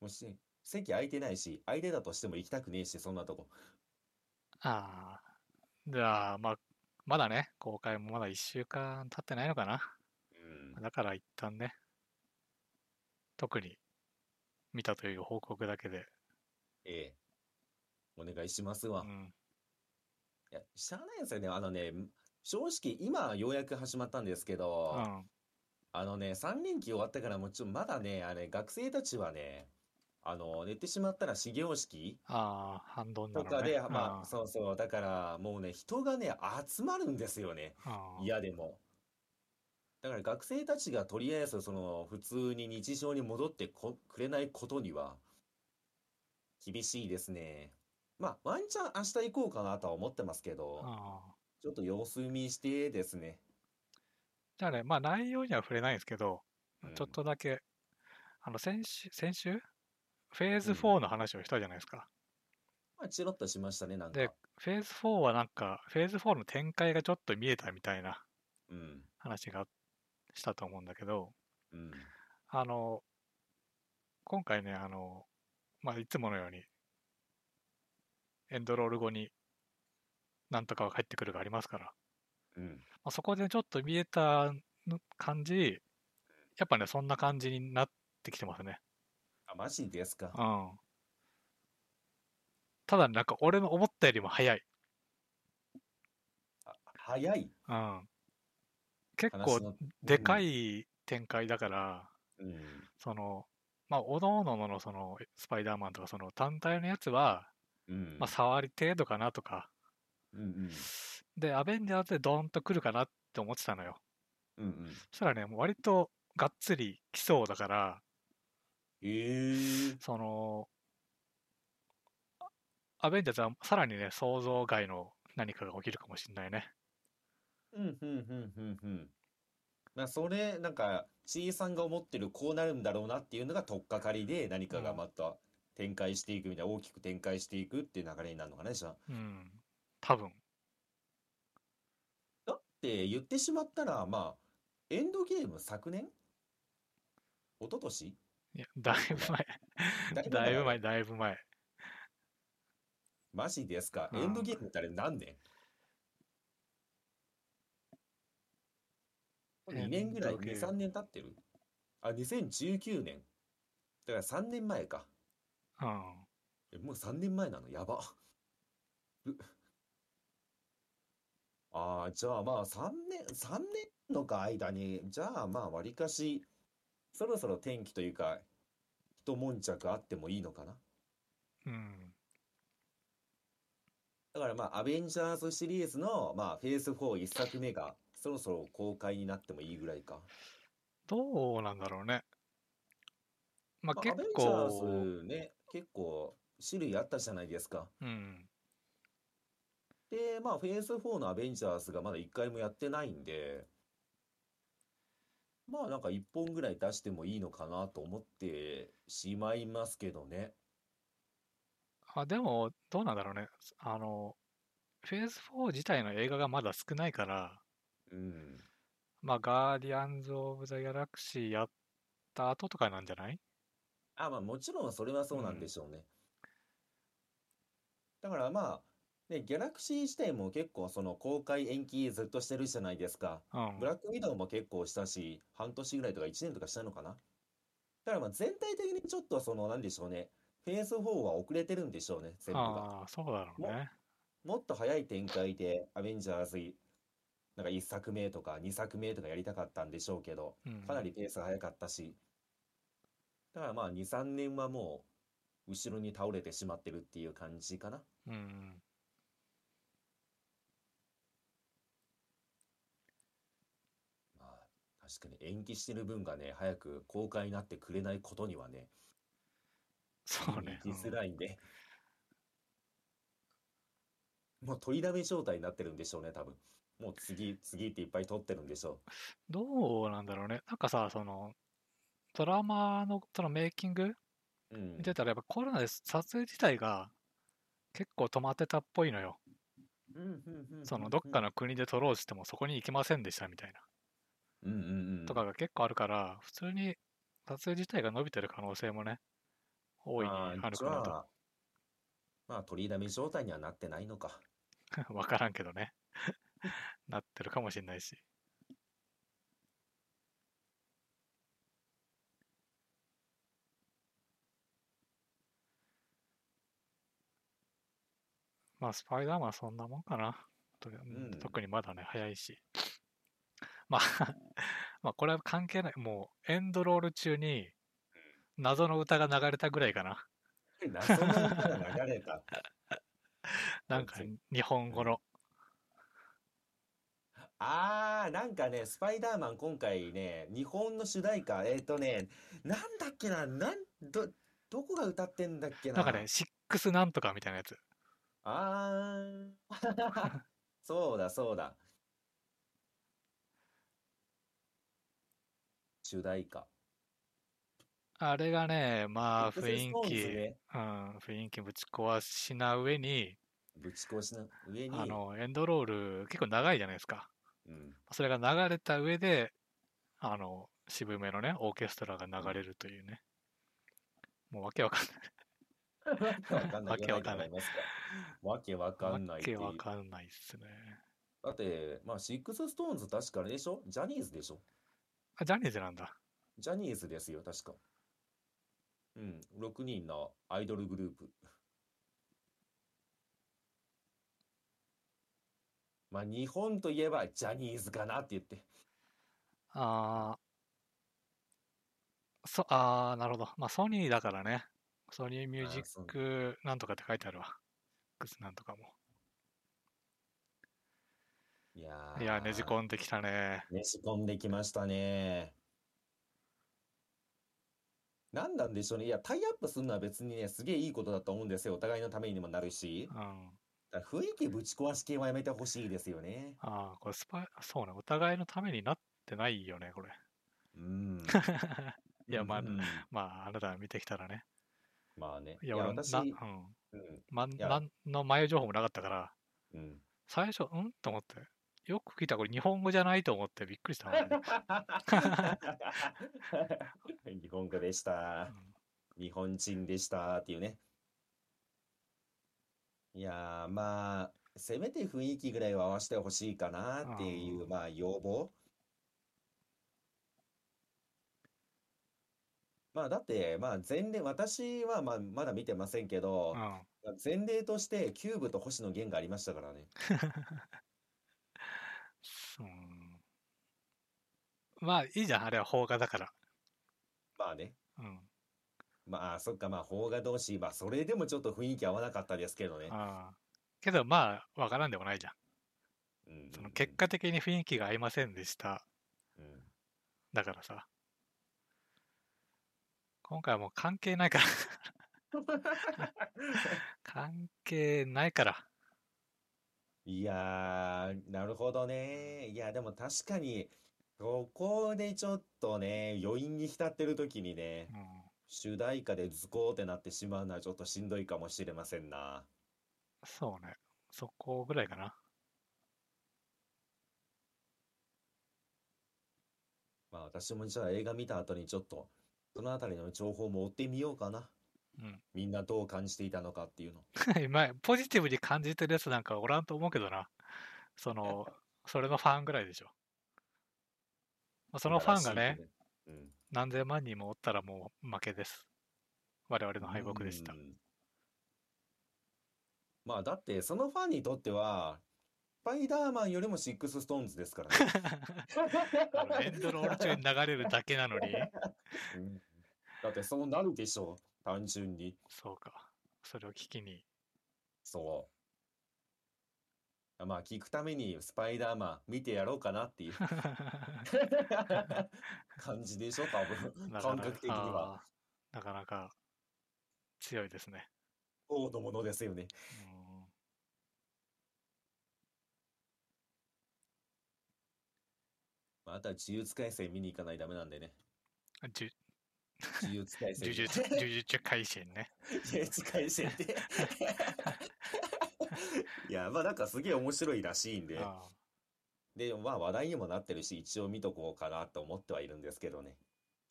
[SPEAKER 2] もし、席空いてないし、空いてたとしても行きたくねえし、そんなとこ。
[SPEAKER 1] ああ。じゃあ、まあ、まだね、公開もまだ1週間経ってないのかな。
[SPEAKER 2] うん。
[SPEAKER 1] だから一旦ね、特に見たという報告だけで、
[SPEAKER 2] ええ。お願いしますわ。
[SPEAKER 1] うん、
[SPEAKER 2] いや、しゃあないですよね。あのね、正直、今ようやく始まったんですけ
[SPEAKER 1] う
[SPEAKER 2] ど、
[SPEAKER 1] ん、
[SPEAKER 2] あのね、3連休終わってからもちょ、まだね、あれ、学生たちはね、あの、寝てしまったら始業式
[SPEAKER 1] ああ、反動な
[SPEAKER 2] と
[SPEAKER 1] の
[SPEAKER 2] か
[SPEAKER 1] ね。
[SPEAKER 2] で、ま
[SPEAKER 1] うん
[SPEAKER 2] あ、そうそう、だから、もうね、人がね、集まるんですよね。
[SPEAKER 1] ああ
[SPEAKER 2] 嫌でも。だから学生たちがとりあえず、その、普通に日常に戻ってこくれないことには、厳しいですね。まあ、ワンチャン明日行こうかなとは思ってますけど、
[SPEAKER 1] ああ
[SPEAKER 2] ちょっと様子見してですね。
[SPEAKER 1] じゃあね、まあ内容には触れないんですけど、
[SPEAKER 2] うん
[SPEAKER 1] ちょっとだけ、あの、先週、先週フェーズ4の話をしたじゃないですか。
[SPEAKER 2] まあ、チロッとしましたね、なん
[SPEAKER 1] で
[SPEAKER 2] か。
[SPEAKER 1] フェーズ4はなんか、フェーズ4の展開がちょっと見えたみたいな
[SPEAKER 2] うん、
[SPEAKER 1] 話がしたと思うんだけど、
[SPEAKER 2] うん、
[SPEAKER 1] あの、今回ね、あの、まあ、いつものように、エンドロール後に、なんとかが帰ってくるがありますから、
[SPEAKER 2] うん。
[SPEAKER 1] まあそこでちょっと見えたの感じ、やっぱね、そんな感じになってきてますね。
[SPEAKER 2] あ、マジですか。
[SPEAKER 1] うん。ただ、なんか俺の思ったよりも早い。
[SPEAKER 2] あ早い。
[SPEAKER 1] うん。結
[SPEAKER 2] 話
[SPEAKER 1] 構
[SPEAKER 2] の
[SPEAKER 1] でかい展開だから、
[SPEAKER 2] うん。
[SPEAKER 1] その、まあ、おのおのののそのスパイダーマンとかその単体のやつは、
[SPEAKER 2] うん。
[SPEAKER 1] まあ、触り程度かなとか、
[SPEAKER 2] うんうん。
[SPEAKER 1] で、アベンジャーズでドーンと来るかなって思ってたのよ。
[SPEAKER 2] うんうん。
[SPEAKER 1] そしたらね、もう割とがっつり来そうだから、
[SPEAKER 2] ええ。
[SPEAKER 1] その、あアベンジャーズはさらにね、想像外の何かが起きるかもしれないね。
[SPEAKER 2] うんうんうんうんうん。まあ、それ、なんか、ちいさんが思ってるこうなるんだろうなっていうのが取っかかりで何かが
[SPEAKER 1] うん
[SPEAKER 2] また展開していくみたいな、大きく展開していくっていう流れになるのかね、じゃあ。
[SPEAKER 1] うん。多分。
[SPEAKER 2] だって言ってしまったら、まあ、エンドゲーム昨年一昨年
[SPEAKER 1] いや、だいぶ前。
[SPEAKER 2] だいぶ
[SPEAKER 1] だい
[SPEAKER 2] 前
[SPEAKER 1] ぶ前、だいぶ前。
[SPEAKER 2] マジですか。
[SPEAKER 1] うん
[SPEAKER 2] エンドゲームってあれ何年 ?2 年ぐらい、
[SPEAKER 1] エンドゲー
[SPEAKER 2] 2、
[SPEAKER 1] ム
[SPEAKER 2] 3年経ってるあ、2019年。だから3年前か。
[SPEAKER 1] うん。
[SPEAKER 2] え、もう3年前なのやば。う ああ、じゃあまあ3年、三年のか間に、じゃあまあわりかし、そろそろ天気というか、一悶着あってもいいのかな。
[SPEAKER 1] うん。
[SPEAKER 2] だからまあ、アベンジャーズシリーズの、まあ、フェーズ4一作目が、そろそろ公開になってもいいぐらいか。
[SPEAKER 1] どうなんだろうね。まあ
[SPEAKER 2] まあ、ア
[SPEAKER 1] 結
[SPEAKER 2] ベンジャ
[SPEAKER 1] 構、
[SPEAKER 2] ーズね、結構種類あったじゃないですか。
[SPEAKER 1] うん。
[SPEAKER 2] で、まあ、フェーズ4のアベンジャーズがまだ1回もやってないんで、まあ、なんか1本ぐらい出してもいいのかなと思ってしまいますけどね。
[SPEAKER 1] あ、でも、どうなんだろうね。あの、フェーズ4自体の映画がまだ少ないから、
[SPEAKER 2] うん。
[SPEAKER 1] まあ、ガーディアンズ・オブ・ザ・ギャラクシーやった後とかなんじゃない
[SPEAKER 2] あ、まあ、もちろんそれはそうなんでしょうね。だからまあ、ね、ギャラクシー自体も結構その公開延期ずっとしてるじゃないですか。
[SPEAKER 1] うん
[SPEAKER 2] ブ。ラックウィドウも結構したし、半年ぐらいとか1年とかしたのかな。だからまあ全体的にちょっとその、なんでしょうね。フェーズ4は遅れてるんでしょうね、全部が。
[SPEAKER 1] ああ、そうだろうね。
[SPEAKER 2] もっと早い展開で、アベンジャーズ、なんか1作目とか2作目とかやりたかったんでしょうけど、
[SPEAKER 1] うん
[SPEAKER 2] かなりペースが早かったし、だからまあ2、3年はもう、後ろに倒れてしまってるっていう感じかな。
[SPEAKER 1] うん。
[SPEAKER 2] まあ、確かに延期してる分がね、早く公開になってくれないことにはね、
[SPEAKER 1] そうね。
[SPEAKER 2] 行きづ
[SPEAKER 1] うん
[SPEAKER 2] らいんで。もう取りだめ状態になってるんでしょうね、多分。もう次、次っていっぱい取ってるんでしょ
[SPEAKER 1] どうなんだろうね。なんかさ、その、ドラマのそのメイキング
[SPEAKER 2] う。うん。
[SPEAKER 1] 見てたら、やっぱコロナで撮影自体が結構止まってたっぽいのよ。
[SPEAKER 2] うんうんうん
[SPEAKER 1] そ
[SPEAKER 2] うんう
[SPEAKER 1] の、
[SPEAKER 2] ん
[SPEAKER 1] どっかの国で撮ろうとしてもそこに行けませんでしたみたいな。
[SPEAKER 2] うんうんうん
[SPEAKER 1] とかが結構あるから、普通に撮影自体が伸びてる可能性もね、大いに
[SPEAKER 2] まあ
[SPEAKER 1] ある
[SPEAKER 2] じ
[SPEAKER 1] か
[SPEAKER 2] ゃ
[SPEAKER 1] な
[SPEAKER 2] あまあ取りだめ状態にはなってないのか。
[SPEAKER 1] と。 わからんけどね。なってるかもしれないし。まあ、スパイダーマンはそんなもんかな。とりあ
[SPEAKER 2] ん
[SPEAKER 1] 特にまだね、早いし。まあ、 まあ、これは関係ない。もう、エンドロール中に、謎の歌が流れたぐらいかな。
[SPEAKER 2] 謎の歌が流れた。
[SPEAKER 1] なんか
[SPEAKER 2] そうで、
[SPEAKER 1] 日本語の。
[SPEAKER 2] あー、なんかね、スパイダーマン今回ね、日本の主題歌、えっとね、なんだっけな、なん、ど、どこが歌ってんだっけ
[SPEAKER 1] なんか
[SPEAKER 2] な。
[SPEAKER 1] ね、シックスなんとかみたいなやつ。
[SPEAKER 2] あー、 そうだそうだ。主題歌。
[SPEAKER 1] あれがね、まあ、
[SPEAKER 2] X
[SPEAKER 1] 雰囲
[SPEAKER 2] SixTONES
[SPEAKER 1] 気、
[SPEAKER 2] ね、
[SPEAKER 1] うん、雰囲気ぶち壊しな上に、
[SPEAKER 2] ぶち越しの上
[SPEAKER 1] あ
[SPEAKER 2] に、
[SPEAKER 1] の、エンドロール結構長いじゃないですか。
[SPEAKER 2] うん、
[SPEAKER 1] それが流れた上で、あの、渋めのね、オーケストラが流れるというね。もうわけわかんない。
[SPEAKER 2] わけわかんな
[SPEAKER 1] わ
[SPEAKER 2] い。
[SPEAKER 1] けわかんない
[SPEAKER 2] 言わないでもらえますか。わけわかん
[SPEAKER 1] わ
[SPEAKER 2] ないって
[SPEAKER 1] け
[SPEAKER 2] いう。
[SPEAKER 1] わかんないっすね。
[SPEAKER 2] だって、まあ、シックスストーンズ確かあれでしょジャニーズでしょ
[SPEAKER 1] あ、ジャニーズなんだ。
[SPEAKER 2] ジャニーズですよ、確か。うん、6人のアイドルグループ。まあ、日本といえばジャニーズかなって言って。
[SPEAKER 1] あーそ、あーなるほど。まあ、ソニーだからね。ソニーミュージッ
[SPEAKER 2] そう
[SPEAKER 1] クなんとかって書いてあるわ。グスなんとかも。
[SPEAKER 2] いや
[SPEAKER 1] いや、ねじ
[SPEAKER 2] ん。
[SPEAKER 1] 込んできたね。
[SPEAKER 2] ねじ込んできましたね。なんなんでしょうね。いや、タイアップするのは別にね、すげえいいことだと思うんですよ。お互いのためにもなるし
[SPEAKER 1] う。ん。
[SPEAKER 2] だから雰囲気ぶち壊し系はやめてほしいですよね。
[SPEAKER 1] ああ、これスパイ、そうね。お互いのためになってないよね、これ。
[SPEAKER 2] うん。
[SPEAKER 1] いやまあ
[SPEAKER 2] うん
[SPEAKER 1] まあ、あなたが見てきたらね。
[SPEAKER 2] まあね。
[SPEAKER 1] い
[SPEAKER 2] いや、
[SPEAKER 1] や、俺、
[SPEAKER 2] 私、
[SPEAKER 1] な、う
[SPEAKER 2] うんん。。
[SPEAKER 1] ま、
[SPEAKER 2] や
[SPEAKER 1] なんの前情報もなかったから、
[SPEAKER 2] うん。
[SPEAKER 1] 最初、うんと思って。よく聞いた、これ日本語じゃないと思ってびっくりしたもん ね。
[SPEAKER 2] 日本語でし
[SPEAKER 1] う
[SPEAKER 2] た。
[SPEAKER 1] ん
[SPEAKER 2] 日本人でしたっていうね。いやー、まあ、せめて雰囲気ぐらいは合わせてほしいかなっていう、
[SPEAKER 1] あー
[SPEAKER 2] まあ、要望。まあ、だって、まあ、前例、私は、まあ、まだ見てませんけど、
[SPEAKER 1] うん。
[SPEAKER 2] 前例として、キューブと星野源がありましたからね。
[SPEAKER 1] うんまあいいじゃん、あれは邦画だから。
[SPEAKER 2] まあね。
[SPEAKER 1] うん。
[SPEAKER 2] まあ、そっか、まあ、邦画同士、まあ、それでもちょっと雰囲気合わなかったですけどね。
[SPEAKER 1] ああけどまあ、わからんでもないじゃん。
[SPEAKER 2] うん
[SPEAKER 1] その結果的に雰囲気が合いませんでした。
[SPEAKER 2] うんうん
[SPEAKER 1] だからさ。今回はもう関係ないから。 関係ないから。
[SPEAKER 2] いやー、なるほどね。いや、でも確かに、ここでちょっとね、余韻に浸ってる時にね
[SPEAKER 1] う、ん。
[SPEAKER 2] 主題歌でズコーってなってしまうのはちょっとしんどいかもしれませんな。
[SPEAKER 1] そうね。そこぐらいかな。
[SPEAKER 2] まあ、私もじゃあ映画見た後にちょっと、そのあたりの情報も追ってみようかな。
[SPEAKER 1] うん。
[SPEAKER 2] みんなどう感じていたのかっていうの。
[SPEAKER 1] 今、ポジティブに感じてるやつなんかおらんと思うけどな。その、それのファンぐらいでしょ。まあそのファンがね、
[SPEAKER 2] 素晴らしいね。うん。
[SPEAKER 1] 何千万人もおったらもう負けです。我々の敗北でした
[SPEAKER 2] う。んまあだってそのファンにとってはスパイダーマンよりもシックスストーンズですからね
[SPEAKER 1] あのエ ンドロール中に流れるだけなのに、
[SPEAKER 2] うんだってそうなるでしょう単純に
[SPEAKER 1] そうか。それを聞きに。
[SPEAKER 2] そうまあ聞くためにスパイダーマン見てやろうかなっ ていう感じでしょ多分
[SPEAKER 1] なか
[SPEAKER 2] 感
[SPEAKER 1] な
[SPEAKER 2] 覚的には
[SPEAKER 1] か、なかなか強いですね。
[SPEAKER 2] 王のものですよね
[SPEAKER 1] うん
[SPEAKER 2] まああとは呪術廻戦見に行かないとダメなんでね
[SPEAKER 1] あじゅ
[SPEAKER 2] 呪術廻戦
[SPEAKER 1] 呪 術、呪術改心ね。
[SPEAKER 2] いや、近い線で。 いや、まあなんかすげえ面白いらしいんで、
[SPEAKER 1] あ
[SPEAKER 2] で、まあ話題にもなってるし、一応見とこうかなと思ってはいるんですけどね。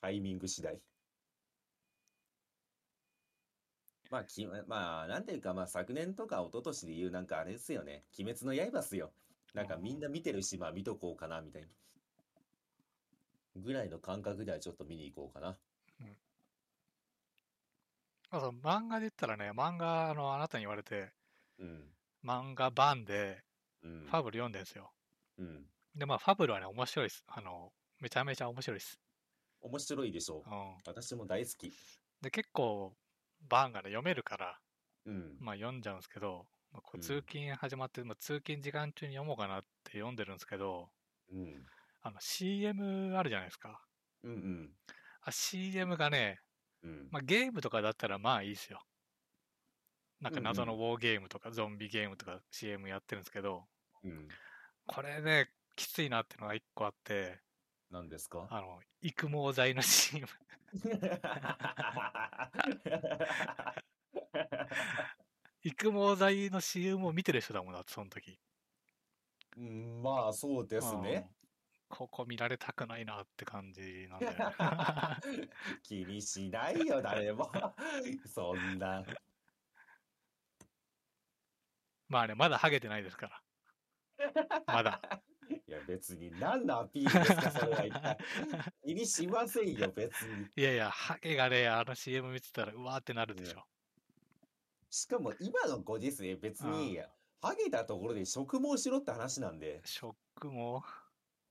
[SPEAKER 2] タイミング次第。まあ、き、まあ、なんていうか、まあ昨年とか一昨年で言うなんかあれですよね。鬼滅の刃っすよ。なんかみんな見てるし、まあ見とこうかな、みたいな。ぐらいの感覚ではちょっと見に行こうかな。
[SPEAKER 1] あそう漫画で言ったらね、漫画、あの、あなたに言われて、
[SPEAKER 2] うん。
[SPEAKER 1] 漫画版で
[SPEAKER 2] うん。
[SPEAKER 1] ファブル読んでんですよ。
[SPEAKER 2] うん。
[SPEAKER 1] で、まあ、ファブルはね、面白いです。あの、めちゃめちゃ面白いです。
[SPEAKER 2] 面白いでしょ
[SPEAKER 1] う
[SPEAKER 2] う。
[SPEAKER 1] ん。
[SPEAKER 2] 私も大好き。
[SPEAKER 1] で、結構、版がね、読めるから、
[SPEAKER 2] うん。
[SPEAKER 1] まあ読んじゃうんですけど、まあ、こ
[SPEAKER 2] う
[SPEAKER 1] うん通勤始まって、まあ、通勤時間中に読もうかなって読んでるんですけど、
[SPEAKER 2] うん。
[SPEAKER 1] あの CM あるじゃないですか。
[SPEAKER 2] うんうん。
[SPEAKER 1] あ CM がね、
[SPEAKER 2] うん。
[SPEAKER 1] まあ、ゲームとかだったらまあいいですよ。なんか
[SPEAKER 2] うんうん
[SPEAKER 1] 謎のウォーゲームとかゾンビゲームとか CM やってるんですけど、
[SPEAKER 2] うん。
[SPEAKER 1] これね、きついなってのが一個あって、
[SPEAKER 2] 何ですか
[SPEAKER 1] あの、育毛剤の CM。育毛剤の CM を見てる人だもんな、その時。
[SPEAKER 2] うんまあ、そうですね。
[SPEAKER 1] うん。ここ見られたくないなって感じなんだよね。
[SPEAKER 2] 気にしないよ、誰も。 そんな。
[SPEAKER 1] まあね、まだハゲてないですから。まだ。
[SPEAKER 2] いや、別に何のアピールですか、それは 一体。気にしませんよ、別に。
[SPEAKER 1] いやいや、ハゲがね、あの CM 見てたら、うわーってなるでしょ。
[SPEAKER 2] しかも今のご時世、別に、ハゲたところで植毛しろって話なんで。
[SPEAKER 1] ショックも。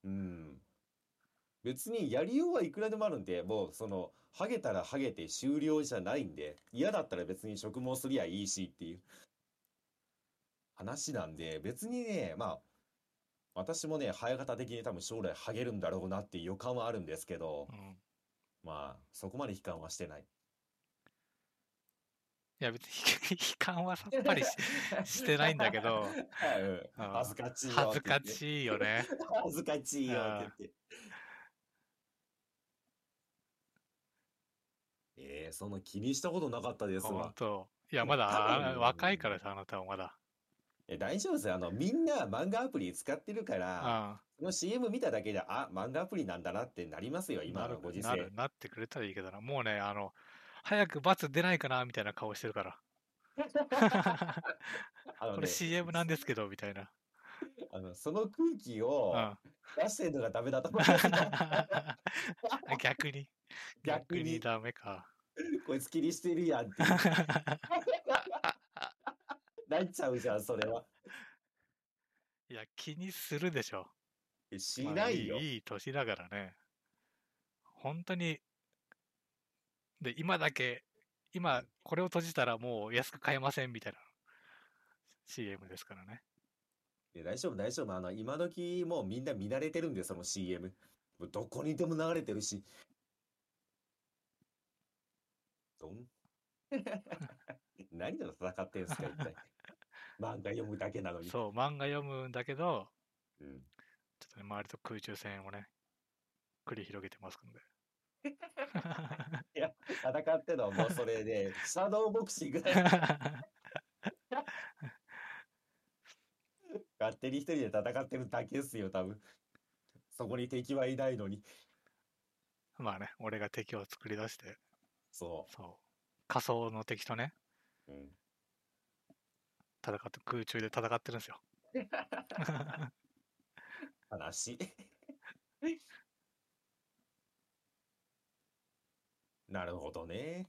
[SPEAKER 2] うん。別にやりようはいくらでもあるんで、もうその、ハゲたらハゲて終了じゃないんで、嫌だったら別に植毛すりゃいいしっていう話なんで、別にね、まあ、私もね、生え方的に多分将来ハゲるんだろうなっていう予感はあるんですけど
[SPEAKER 1] う、ん。
[SPEAKER 2] まあ、そこまで悲観はしてない。
[SPEAKER 1] いや、別 に悲観はさっぱりし してないんだけ ど、
[SPEAKER 2] う
[SPEAKER 1] あ
[SPEAKER 2] ん
[SPEAKER 1] ー
[SPEAKER 2] 恥ずかしいよ
[SPEAKER 1] 恥ず
[SPEAKER 2] って言
[SPEAKER 1] か
[SPEAKER 2] って
[SPEAKER 1] しいよね。
[SPEAKER 2] 恥ずかしいよって言って。 ええー、そんな気にしたことなかったです
[SPEAKER 1] 本
[SPEAKER 2] わ。
[SPEAKER 1] 当。いや、
[SPEAKER 2] でも
[SPEAKER 1] ま
[SPEAKER 2] 多
[SPEAKER 1] だ
[SPEAKER 2] 分
[SPEAKER 1] 若いからさ、あなたはまだ。
[SPEAKER 2] え、大丈夫ですよ。あの、みんな漫画アプリ使ってるから、その CM 見ただけで、あ、漫画アプリなんだなってなりますよ、
[SPEAKER 1] うん。
[SPEAKER 2] 今
[SPEAKER 1] な
[SPEAKER 2] の
[SPEAKER 1] る
[SPEAKER 2] ご、時
[SPEAKER 1] な
[SPEAKER 2] 世
[SPEAKER 1] る、。なってくれたらいいけどな。もうね、あの、早く罰出ないかな、みたいな顔してる から。
[SPEAKER 2] あの
[SPEAKER 1] これ
[SPEAKER 2] ね、
[SPEAKER 1] CM なんですけど、みたいな。
[SPEAKER 2] あの、その空気を
[SPEAKER 1] うん。
[SPEAKER 2] 出してるのがダメだと思いますよ。
[SPEAKER 1] 逆に。
[SPEAKER 2] 逆に
[SPEAKER 1] ダメか。
[SPEAKER 2] こいつ気にしてるやん っていう。なっちゃうじゃん、それは。
[SPEAKER 1] いや、気にするでしょ。
[SPEAKER 2] えし
[SPEAKER 1] まあ
[SPEAKER 2] ないよ。
[SPEAKER 1] いい年だからね。本当に、で、今だけ、今、これを閉じたらもう安く買えませんみたいな CM ですからね。
[SPEAKER 2] いや大丈夫、大丈夫。あの、今時もうみんな見慣れてるんで、その CM。もうどこにでも流れてるし。どん何と戦ってんすか、一体。漫画読むだけなのに。
[SPEAKER 1] そう、漫画読むんだけど、
[SPEAKER 2] うん。
[SPEAKER 1] ちょっとね、周りと空中戦をね、繰り広げてます んで。
[SPEAKER 2] 戦ってのはもうそれで、シャドーボクシングだよ勝手に一人で戦ってるだけですよ、多分。そこに敵はいないのに。
[SPEAKER 1] まあね、俺が敵を作り出して、
[SPEAKER 2] そ
[SPEAKER 1] そう、仮想の敵とね、
[SPEAKER 2] う。うん。
[SPEAKER 1] 戦って、空中で戦ってるんです よ。
[SPEAKER 2] 悲しい。 なるほどね。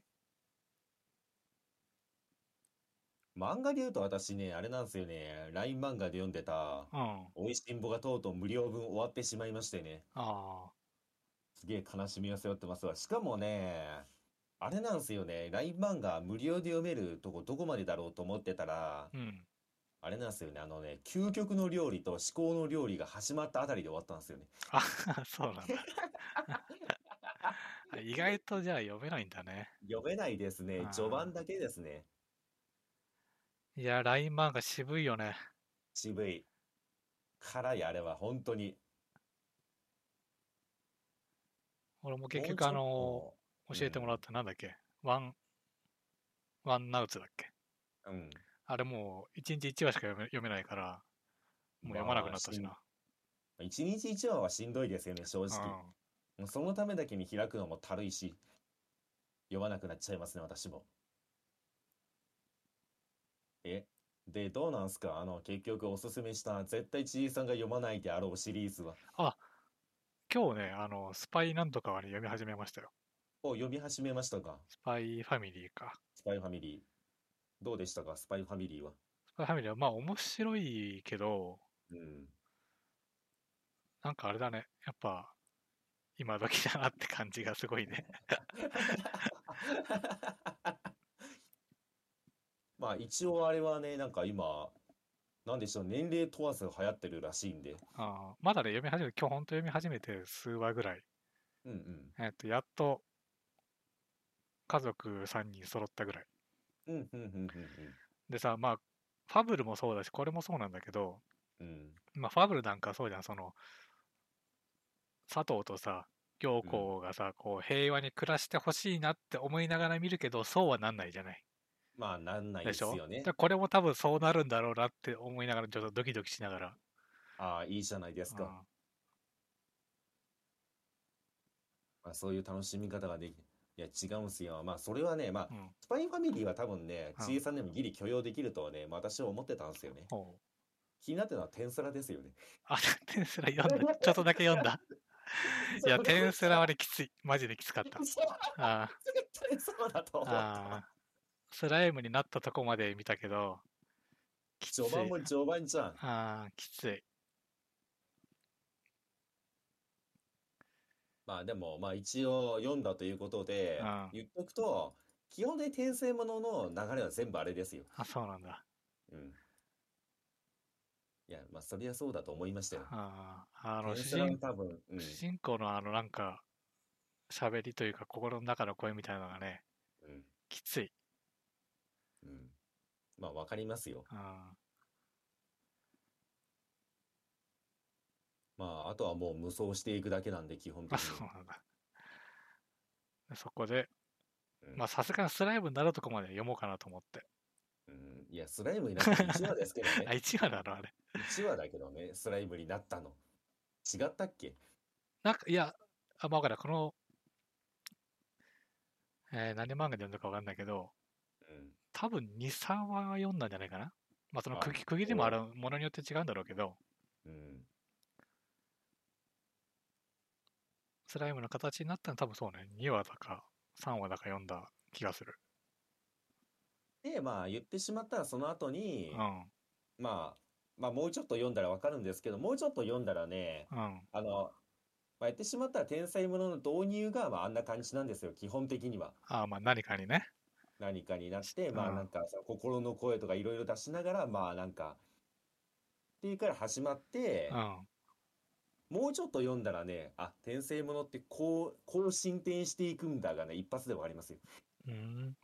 [SPEAKER 2] 漫画で言うと私ね、あれなんですよね。LINE 漫画で読んでた、
[SPEAKER 1] うん。あ
[SPEAKER 2] 美味しんぼがとうとう無料分終わってしまいましてね。
[SPEAKER 1] あ。
[SPEAKER 2] すげえ悲しみを背負ってますわ。しかもね、あれなんですよね。LINE 漫画無料で読めるとこどこまでだろうと思ってたら、
[SPEAKER 1] うん。
[SPEAKER 2] あれなんですよね。あのね、究極の料理と至高の料理が始まったあたりで終わったんですよね。
[SPEAKER 1] あ、 そうなんだ。あ意外とじゃあ読めないんだね。
[SPEAKER 2] 読めないですね
[SPEAKER 1] あ。ー
[SPEAKER 2] 序盤だけですね。
[SPEAKER 1] いや、ライン漫画渋いよね。
[SPEAKER 2] 渋い。辛いあれは本当に。
[SPEAKER 1] 俺も
[SPEAKER 2] もう
[SPEAKER 1] 結
[SPEAKER 2] ち
[SPEAKER 1] 局
[SPEAKER 2] ょ
[SPEAKER 1] あの、
[SPEAKER 2] っと
[SPEAKER 1] 教えてもらったなんだっけワン、ワンナウツだっけ
[SPEAKER 2] うん。うん
[SPEAKER 1] あれもう1日1話しか読め読めないから、もう読まなくなったし
[SPEAKER 2] ま
[SPEAKER 1] な。
[SPEAKER 2] あしん一日一話はしんどいですよね、正
[SPEAKER 1] うん
[SPEAKER 2] 直。もうそのためだけに開くのもたるいし、読まなくなっちゃいますね、私も。え、で、どうなんすかあの、結局おすすめした、絶対ちいさんが読まないであろうシリーズは、
[SPEAKER 1] 今日ね、あの、スパイなんとかはね、読み始めましたよ。
[SPEAKER 2] を読み始めましたか
[SPEAKER 1] スパイファミリーか。
[SPEAKER 2] スパイファミリー。どうでしたかスパイファミリーは。
[SPEAKER 1] スパイファミリーはまあ面白いけど、
[SPEAKER 2] うん。
[SPEAKER 1] なんかあれだね。やっぱ、今時だなって感じがすごいね。
[SPEAKER 2] まあ一応あれはね、なんか今、なんでしょう、年齢問わず流行ってるらしいんで。
[SPEAKER 1] あーまだね、読み始めて、今日本当読み始めて数話ぐらい。
[SPEAKER 2] うんうん。
[SPEAKER 1] えっと、やっと、家族3人揃ったぐらい。
[SPEAKER 2] うんうんうん
[SPEAKER 1] でさ、まあ、ファブルもそうだし、これもそうなんだけど、
[SPEAKER 2] うんうん。うん。
[SPEAKER 1] まあ、ファブルなんかそうじゃん、その、佐藤とさ、行子がさ、こう、平和に暮らしてほしいなって思いながら見るけど、そうはなんないじゃない。
[SPEAKER 2] まあなんない
[SPEAKER 1] で
[SPEAKER 2] で
[SPEAKER 1] し
[SPEAKER 2] す
[SPEAKER 1] ょ
[SPEAKER 2] よね
[SPEAKER 1] で。これも多分そうなるんだろうなって思いながら、ちょっとドキドキしながら。
[SPEAKER 2] ああ、いいじゃないですか。
[SPEAKER 1] うん
[SPEAKER 2] まあ、そういう楽しみ方ができ、いや違うんすよ。まあそれはね、まあ、
[SPEAKER 1] うん
[SPEAKER 2] スパイファミリーは多分ね、
[SPEAKER 1] うん
[SPEAKER 2] ちいさんでもギリ許容できるとはね、まあ私は思ってたんですよね。
[SPEAKER 1] ほ
[SPEAKER 2] 気になってるのはテンスラですよね。
[SPEAKER 1] あ、テンスラ読んだ。ちょっとだけ読んだ。いや、テンスラはね、きつい。マジできつかった。
[SPEAKER 2] そう
[SPEAKER 1] あー
[SPEAKER 2] 絶対そうだと思った。
[SPEAKER 1] あー。スライムになったとこまで見たけど、きつい
[SPEAKER 2] 序。盤も序盤じゃん。
[SPEAKER 1] ああ、きつい。
[SPEAKER 2] まあでも、まあ一応読んだということで
[SPEAKER 1] うん、
[SPEAKER 2] 言っとくと、基本で転生ものの流れは全部あれですよ。
[SPEAKER 1] あ、そうなんだ。
[SPEAKER 2] うん。いや、まあそりゃそうだと思いましたよ。
[SPEAKER 1] ああ、あの、
[SPEAKER 2] テン
[SPEAKER 1] 主
[SPEAKER 2] スラも
[SPEAKER 1] 人
[SPEAKER 2] 多分、うん。
[SPEAKER 1] 主人公のあのなんか喋りというか心の中の声みたいなのがね
[SPEAKER 2] うん。
[SPEAKER 1] きつい、
[SPEAKER 2] うん。まあわかりますよ。
[SPEAKER 1] うん、
[SPEAKER 2] まああとはもう無双していくだけなんで、基本
[SPEAKER 1] あ
[SPEAKER 2] 的
[SPEAKER 1] そう
[SPEAKER 2] に。
[SPEAKER 1] なんだそこで
[SPEAKER 2] うん
[SPEAKER 1] まあさすがにスライムになるとこまで読もうかなと思って
[SPEAKER 2] うん。いや、スライムになった1話ですけどね
[SPEAKER 1] あ。1話なのあれ
[SPEAKER 2] 1話だけどね、スライムになったの。違ったっけ
[SPEAKER 1] なんかいやあまあ分からんこの、えー何漫画で読んだか分かんないけど
[SPEAKER 2] うん。
[SPEAKER 1] 多分23話は読んだんじゃないかなまあその
[SPEAKER 2] あ
[SPEAKER 1] 区切区切りもあるものによって違うんだろうけど
[SPEAKER 2] うん。
[SPEAKER 1] スライムの形になったの多分そうね2話だか3話だか読んだ気がする
[SPEAKER 2] で、まあ言ってしまったらその後に
[SPEAKER 1] う、ん
[SPEAKER 2] まあ、まあもうちょっと読んだらわかるんですけど、もうちょっと読んだらね、
[SPEAKER 1] うん
[SPEAKER 2] あの、まあ、言ってしまったら天才ものの導入が、まあ、あんな感じなんですよ、基本的には。
[SPEAKER 1] ああまあ何かにね
[SPEAKER 2] 何かになって、まあ
[SPEAKER 1] うん
[SPEAKER 2] なんかさ、心の声とかいろいろ出しながら、まあなんか、っていうから始まって
[SPEAKER 1] う、ん
[SPEAKER 2] もうちょっと読んだらね、あ、天才ものってこう、こう進展していくんだがね、一発でわかりますよ。
[SPEAKER 1] うん。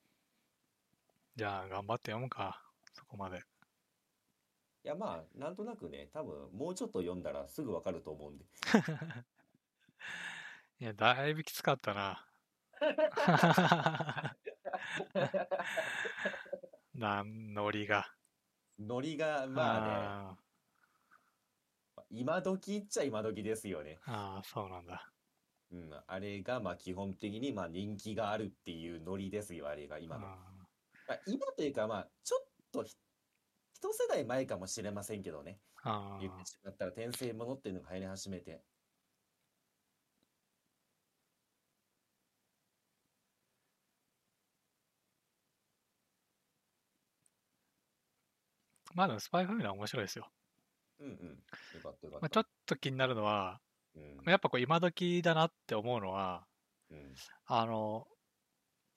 [SPEAKER 1] じゃあ、頑張って読むか。そこまで。
[SPEAKER 2] いやまあ、なんとなくね、多分もうちょっと読んだらすぐわかると思うんで。
[SPEAKER 1] いや、だいぶきつかったな。 なん、ノリが。
[SPEAKER 2] ノリが、まあね、
[SPEAKER 1] あ
[SPEAKER 2] 今時っちゃ今時ですよね。
[SPEAKER 1] ーあー、そうなんだ。
[SPEAKER 2] うん、あれが、まあ基本的に、まあ人気があるっていうノリですよ、あれが今の。
[SPEAKER 1] あ
[SPEAKER 2] まあ、今というか、まあ、ちょっとひ一世代前かもしれませんけどね。
[SPEAKER 1] ーあ
[SPEAKER 2] 言ってしまったら、転生ものっていうのが流行り始めて。
[SPEAKER 1] ーまあでも、スパイファミリーは面白いですよ。
[SPEAKER 2] うんうん。よかったよかっ
[SPEAKER 1] まあ、ち
[SPEAKER 2] た。
[SPEAKER 1] ょっと気になるのは、
[SPEAKER 2] うん
[SPEAKER 1] やっぱこう今時だなって思うのは、
[SPEAKER 2] うん
[SPEAKER 1] あの、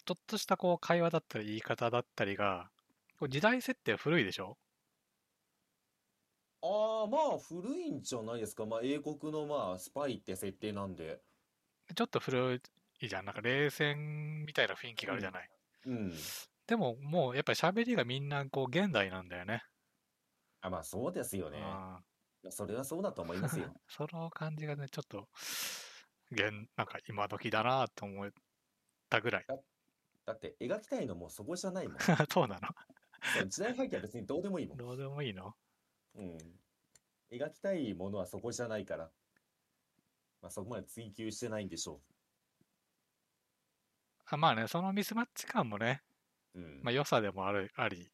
[SPEAKER 1] ちょっとしたこう会話だったり言い方だったりが、こう時代設定古いでしょ
[SPEAKER 2] ああ、まあ、古いんじゃないですか。まあ、英国の、まあ、スパイって設定なんで。
[SPEAKER 1] ちょっと古いじゃん。なんか冷戦みたいな雰囲気があるじゃない。
[SPEAKER 2] うん。
[SPEAKER 1] でももうやっぱり喋りがみんなこう現代なんだよね。
[SPEAKER 2] あ、まあ、そうですよね。
[SPEAKER 1] あ
[SPEAKER 2] それはそうだと思います よ。
[SPEAKER 1] その感じがね、ちょっと、現なんか今時だなと思ったぐらい。
[SPEAKER 2] だって、描きたいのもそこじゃないもん。
[SPEAKER 1] そうな
[SPEAKER 2] そう時代背景は別にどうでもいいも
[SPEAKER 1] の
[SPEAKER 2] ん。
[SPEAKER 1] どうでもいいの
[SPEAKER 2] うん。描きたいものはそこじゃないから。まあ、そこまで追求してないんでしょ
[SPEAKER 1] あまあね、そのミスマッチ感もね、
[SPEAKER 2] う。うん。
[SPEAKER 1] まあ、良さでもあるあり、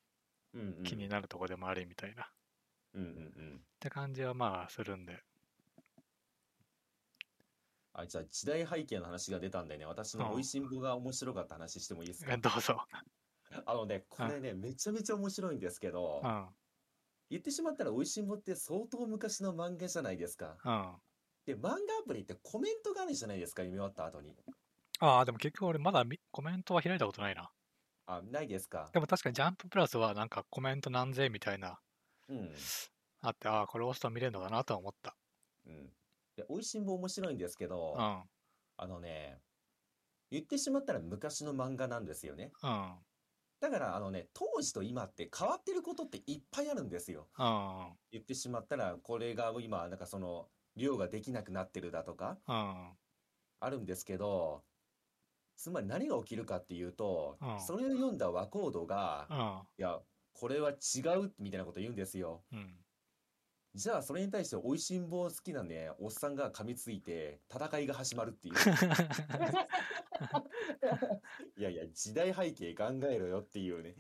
[SPEAKER 2] うんうん。
[SPEAKER 1] 気になるとこでもありみたいな。っ
[SPEAKER 2] うんうんうん。
[SPEAKER 1] て感じはまあするんで。
[SPEAKER 2] あ、じゃあ、時代背景の話が出たんでね、私の
[SPEAKER 1] うん
[SPEAKER 2] 美味しんぼが面白かった話してもいいですか
[SPEAKER 1] どうぞ。
[SPEAKER 2] あのね、これね、めちゃめちゃ面白いんですけど
[SPEAKER 1] う、ん。
[SPEAKER 2] 言ってしまったら美味しんぼって相当昔の漫画じゃないですか。
[SPEAKER 1] うん。あ
[SPEAKER 2] で、漫画アプリってコメントがあるじゃないですか、読み終わった後に。
[SPEAKER 1] あ、でも結局俺まだみコメントは開いたことないな。
[SPEAKER 2] あ、ないですか。
[SPEAKER 1] でも確かにジャンププラスはなんかコメント何千みたいな
[SPEAKER 2] うん。
[SPEAKER 1] あって、ああ、これ押すと見れるのかなとは思った。
[SPEAKER 2] うん。で、美味しんぼ面白いんですけど
[SPEAKER 1] う、ん。
[SPEAKER 2] あのね、言ってしまったら昔の漫画なんですよね。
[SPEAKER 1] うん。
[SPEAKER 2] だからあのね、当時と今って変わってることっていっぱいあるんですよ。
[SPEAKER 1] うん。
[SPEAKER 2] 言ってしまったら、これが今、なんかその、量ができなくなってるだとか、
[SPEAKER 1] うん。
[SPEAKER 2] あるんですけど、つまり何が起きるかっていうと
[SPEAKER 1] う、ん
[SPEAKER 2] それを読んだ和コードが、
[SPEAKER 1] うん。
[SPEAKER 2] いや、これは違うみたいなこと言うんですよ。
[SPEAKER 1] うん。
[SPEAKER 2] じゃあ、それに対して、美味しんぼ好きなね、おっさんが噛みついて、戦いが始まるっていう。いやいや、時代背景考えろよっていうね、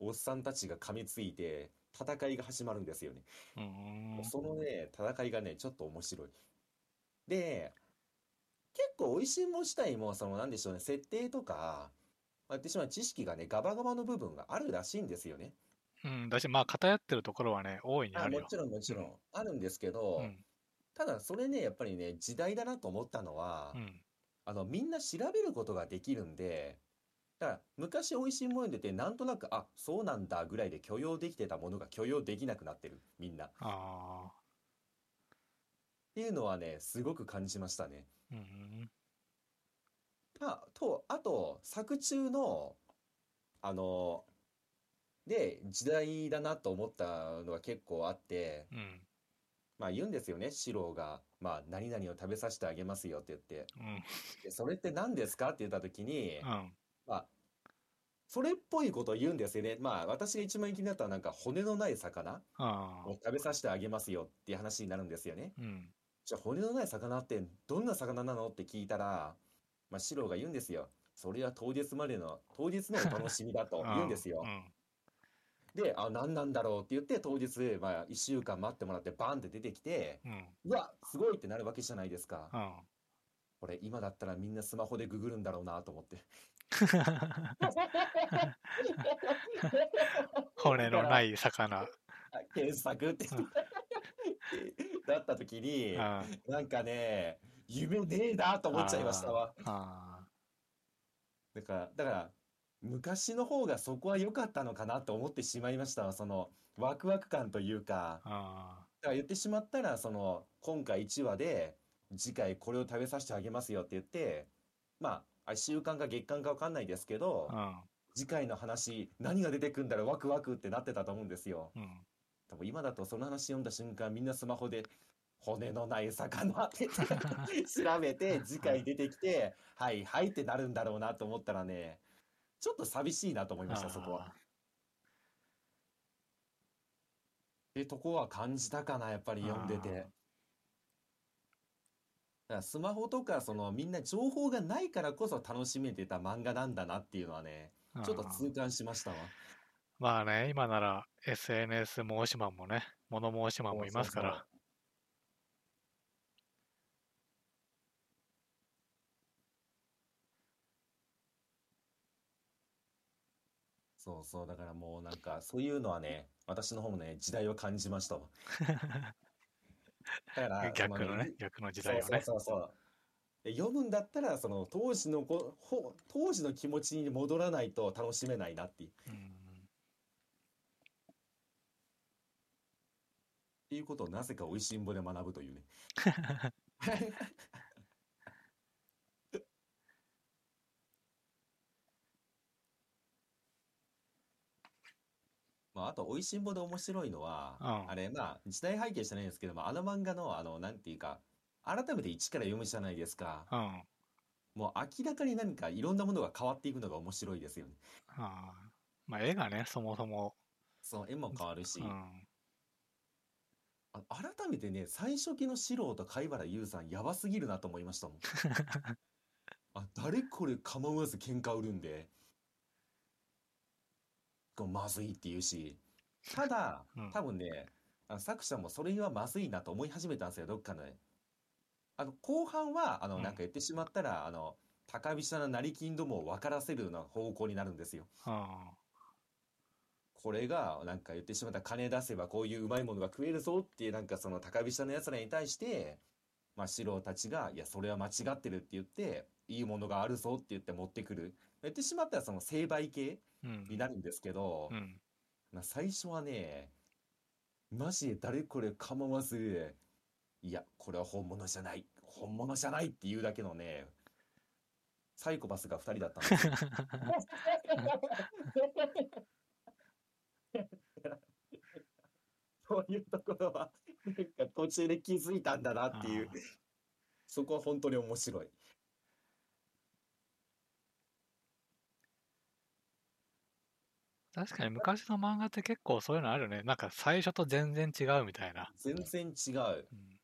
[SPEAKER 2] おっさんたちが噛みついて、戦いが始まるんですよね。
[SPEAKER 1] うーん。
[SPEAKER 2] そのね、戦いがね、ちょっと面白い。で、結構、美味しいもん自体も、その、なんでしょうね、設定とか、まあ言ってしまう知識がね、ガバガバの部分があるらしいんですよね。
[SPEAKER 1] うん、だし、まあ、偏ってるところはね、大いにあ
[SPEAKER 2] あ、
[SPEAKER 1] る
[SPEAKER 2] も
[SPEAKER 1] よ。
[SPEAKER 2] ちろん、もちろん、あるんですけど、
[SPEAKER 1] うん。
[SPEAKER 2] ただ、それね、やっぱりね、時代だなと思ったのは、
[SPEAKER 1] うん。
[SPEAKER 2] あの、みんな調べることができるんで、だから昔美味しいものに出て、なんとなく、あ、そうなんだぐらいで許容できてたものが許容できなくなってる、みんな。っ
[SPEAKER 1] ああ。
[SPEAKER 2] ていうのはね、すごく感じましたね。
[SPEAKER 1] うん。
[SPEAKER 2] あと、あと、作中の、あの、で、時代だなと思ったのが結構あって、
[SPEAKER 1] うん。
[SPEAKER 2] まあ言うんですよね、四郎が、まあ何々を食べさせてあげますよって言って。
[SPEAKER 1] うん。
[SPEAKER 2] で、それって何ですかって言った時に、
[SPEAKER 1] うん。
[SPEAKER 2] まあ、それっぽいことを言うんですよね。まあ、私が一番気になったのは、なんか骨のない魚
[SPEAKER 1] ああ
[SPEAKER 2] を。食べさせてあげますよっていう話になるんですよね。
[SPEAKER 1] うん。
[SPEAKER 2] じゃあ、骨のない魚ってどんな魚なのって聞いたら、まあ、シロが言うんですよ。それは当日までの、当日のお楽しみ だと言うんですよ
[SPEAKER 1] う。ん。
[SPEAKER 2] で、あ、何なんだろうって言って、当日、まあ、1週間待ってもらって、バンって出てきて、
[SPEAKER 1] うん。
[SPEAKER 2] うわ、すごいってなるわけじゃないですか
[SPEAKER 1] う。ん。
[SPEAKER 2] これ、今だったらみんなスマホでググるんだろうなと思って。。
[SPEAKER 1] 骨のないい魚。
[SPEAKER 2] 検索って
[SPEAKER 1] うん。
[SPEAKER 2] だった時に
[SPEAKER 1] うん。、あ
[SPEAKER 2] なんかね、夢ねえなと思っちゃいましたわ。
[SPEAKER 1] あ。
[SPEAKER 2] だから、だから、昔の方がそこは良かったのかなと思ってしまいましたわ。その、ワクワク感というか、
[SPEAKER 1] あ
[SPEAKER 2] だから言ってしまったら、その、今回1話で、次回これを食べさせてあげますよって言って、まあ、あ週間か月間かわかんないですけど、
[SPEAKER 1] あ。
[SPEAKER 2] 次回の話、何が出てくんだろう、ワクワクってなってたと思うんですよ。
[SPEAKER 1] うん。うん。
[SPEAKER 2] 多分今だとその話読んだ瞬間みんなスマホで骨のない魚って 調べて次回出てきてはいはいってなるんだろうなと思ったらねちょっと寂しいなと思いましたそこは。
[SPEAKER 1] あ
[SPEAKER 2] ってとこは感じたかなやっぱり読んでて。
[SPEAKER 1] あー
[SPEAKER 2] だからスマホとかそのみんな情報がないからこそ楽しめてた漫画なんだなっていうのはね
[SPEAKER 1] あ
[SPEAKER 2] ちょっと
[SPEAKER 1] ああ
[SPEAKER 2] 痛感しましたわ。
[SPEAKER 1] まあね、今なら SNS 申しマンもね、物申しマンもいますから。
[SPEAKER 2] そうそうそうそうそうだからもうなんかそういうのはね私の方もね時代を感じま したわ。だからそ
[SPEAKER 1] 逆のね、逆の時代をね。
[SPEAKER 2] そうそうそうそうで読むんだったらその当時のこほ当時の気持ちに戻らないと楽しめないなっていうっ
[SPEAKER 1] うん
[SPEAKER 2] ていうことをなぜか美味しんぼで学ぶというね まあ、あと、美味しんぼで面白いのは、
[SPEAKER 1] うん
[SPEAKER 2] あれ、まあ、時代背景じゃないんですけども、あの漫画の、あの、なんていうか、改めて一から読むじゃないですか。
[SPEAKER 1] うん。あ
[SPEAKER 2] もう明らかに何かいろんなものが変わっていくのが面白いですよね。
[SPEAKER 1] あ。まあ、絵がね、そもそも。
[SPEAKER 2] その絵も変わるし
[SPEAKER 1] う、ん。
[SPEAKER 2] あ改めてね、最初期の四郎と貝原優さんやばすぎるなと思い ましたもん。あ、誰これ構わず喧嘩売るんで、こうまずいって言うし、ただ、
[SPEAKER 1] うん
[SPEAKER 2] 多分ね、あの作者もそれはまずいなと思い始めたんですよ、どっかのね。あの、後半は、あの、
[SPEAKER 1] うん
[SPEAKER 2] なんか言ってしまったら、あの、高飛車な成金どもを分からせるような方向になるんですよ。
[SPEAKER 1] あ
[SPEAKER 2] これが、なんか言ってしまった金出せばこういううまいものが食えるぞっていう、なんかその高飛車の奴らに対して、まあ、四郎たちが、いや、それは間違ってるって言って、いいものがあるぞって言って持ってくる。言ってしまったらその成敗系
[SPEAKER 1] うん。
[SPEAKER 2] になるんですけど、
[SPEAKER 1] うん。
[SPEAKER 2] まあ、最初はね、マジで誰これ構わず、いや、これは本物じゃない、本物じゃないっていうだけのね、サイコパスが2人だったんですよ。そういうところは、なんか途中で気づいたんだなっていう
[SPEAKER 1] あ、
[SPEAKER 2] そこは本当に面白い。
[SPEAKER 1] 確かに昔の漫画って結構そういうのあるよね。なんか最初と全然違うみたいな。
[SPEAKER 2] 全然違う。
[SPEAKER 1] うん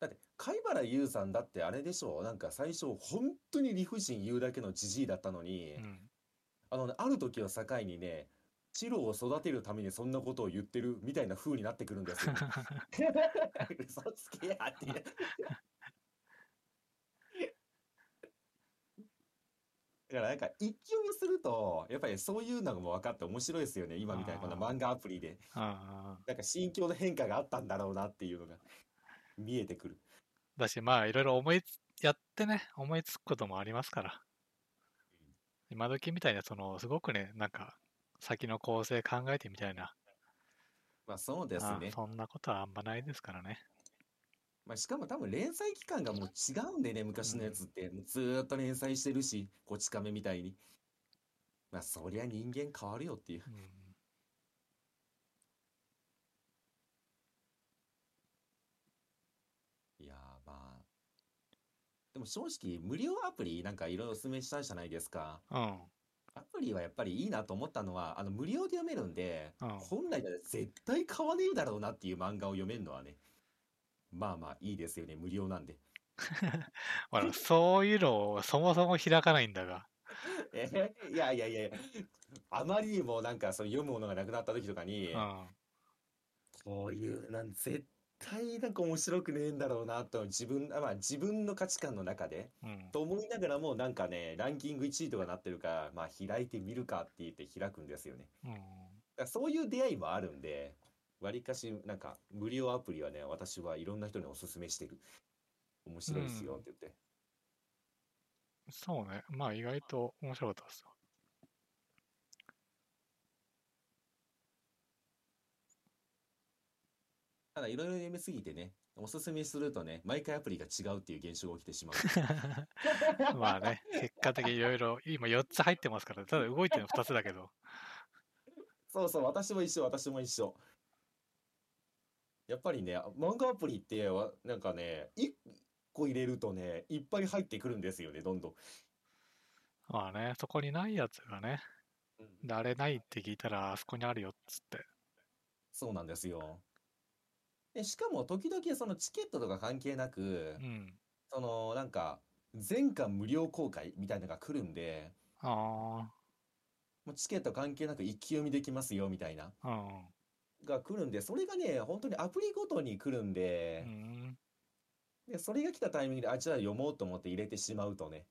[SPEAKER 2] だって、貝原優さんだってあれでしょなんか最初、本当に理不尽言うだけのじじいだったのに、
[SPEAKER 1] うん。
[SPEAKER 2] あのね、ある時を境にね、チロを育てるためにそんなことを言ってるみたいな風になってくるんで すよ。嘘つけやって。だからなんか一気読みすると、やっぱりそういうのも分かって面白いですよね。今みたいなこの
[SPEAKER 1] あー
[SPEAKER 2] 漫画アプリで。
[SPEAKER 1] ああ
[SPEAKER 2] なんか心境の変化があったんだろうなっていうのが見えてくる。
[SPEAKER 1] だし、まあ、いろいろ思いつ、やってね、思いつくこともありますから。今時みたいな、その、すごくね、なんか、先の構成考えてみたいな、
[SPEAKER 2] まあそうです
[SPEAKER 1] あ
[SPEAKER 2] ね。
[SPEAKER 1] そんなことはあんまないですからね。
[SPEAKER 2] まあしかも多分連載期間がもう違うんでね、昔のやつって。もうずーっと連載してるし、こち亀みたいに。まあそりゃ人間変わるよっていう。
[SPEAKER 1] うん、
[SPEAKER 2] いやーまあ。でも正直無料アプリなんかいろいろお勧めしたじゃないですか。
[SPEAKER 1] うん、
[SPEAKER 2] アプリはやっぱりいいなと思ったのは、あの無料で読めるんで、
[SPEAKER 1] うん
[SPEAKER 2] 本来なら絶対買わねえだろうなっていう漫画を読めるのはね、まあまあいいですよね、無料なんで。
[SPEAKER 1] ほらそういうのをそもそも開かないんだが。
[SPEAKER 2] えいやいやいや、あまりにもなんかその読むものがなくなった時とかに
[SPEAKER 1] う、ん。
[SPEAKER 2] こういうなん絶対なんか面白くねえんだろうなと自分、あまあ自分の価値観の中で、
[SPEAKER 1] うん。
[SPEAKER 2] と思いながらもなんかね、ランキング1位とかなってるから、まあ開いてみるかって言って開くんですよね。
[SPEAKER 1] うん。
[SPEAKER 2] だからそういう出会いもあるんで、わりかしなんか無料アプリはね、私はいろんな人におすすめしてる。面白いですよって言って。
[SPEAKER 1] そうね。まあ、意外と面白かったですよ。
[SPEAKER 2] ただいろいろ読みすぎてね、おすすめするとね、毎回アプリが違うっていう現象が起きてしまう。
[SPEAKER 1] まあね、結果的にいろいろ、今4つ入ってますから、ただ動いてるの2つだけど。
[SPEAKER 2] そうそう、私も一緒、私も一緒。やっぱりね、漫画アプリってわ、なんかね、1個入れるとね、いっぱい入ってくるんですよね、どんどん。
[SPEAKER 1] まあね、そこにないやつがね、であれないって聞いたら、あそこにあるよっつって。
[SPEAKER 2] そうなんですよ。で、しかも時々そのチケットとか関係なく
[SPEAKER 1] う、ん。
[SPEAKER 2] そのなんか全巻無料公開みたいなのが来るんで、
[SPEAKER 1] あ
[SPEAKER 2] もうチケット関係なく一気読みできますよみたいな
[SPEAKER 1] あ、うん。
[SPEAKER 2] が来るんで、それがね、本当にアプリごとに来るん
[SPEAKER 1] う
[SPEAKER 2] で、
[SPEAKER 1] ん、
[SPEAKER 2] で、それが来たタイミングで、あ、じゃあ読もうと思って入れてしまうとね、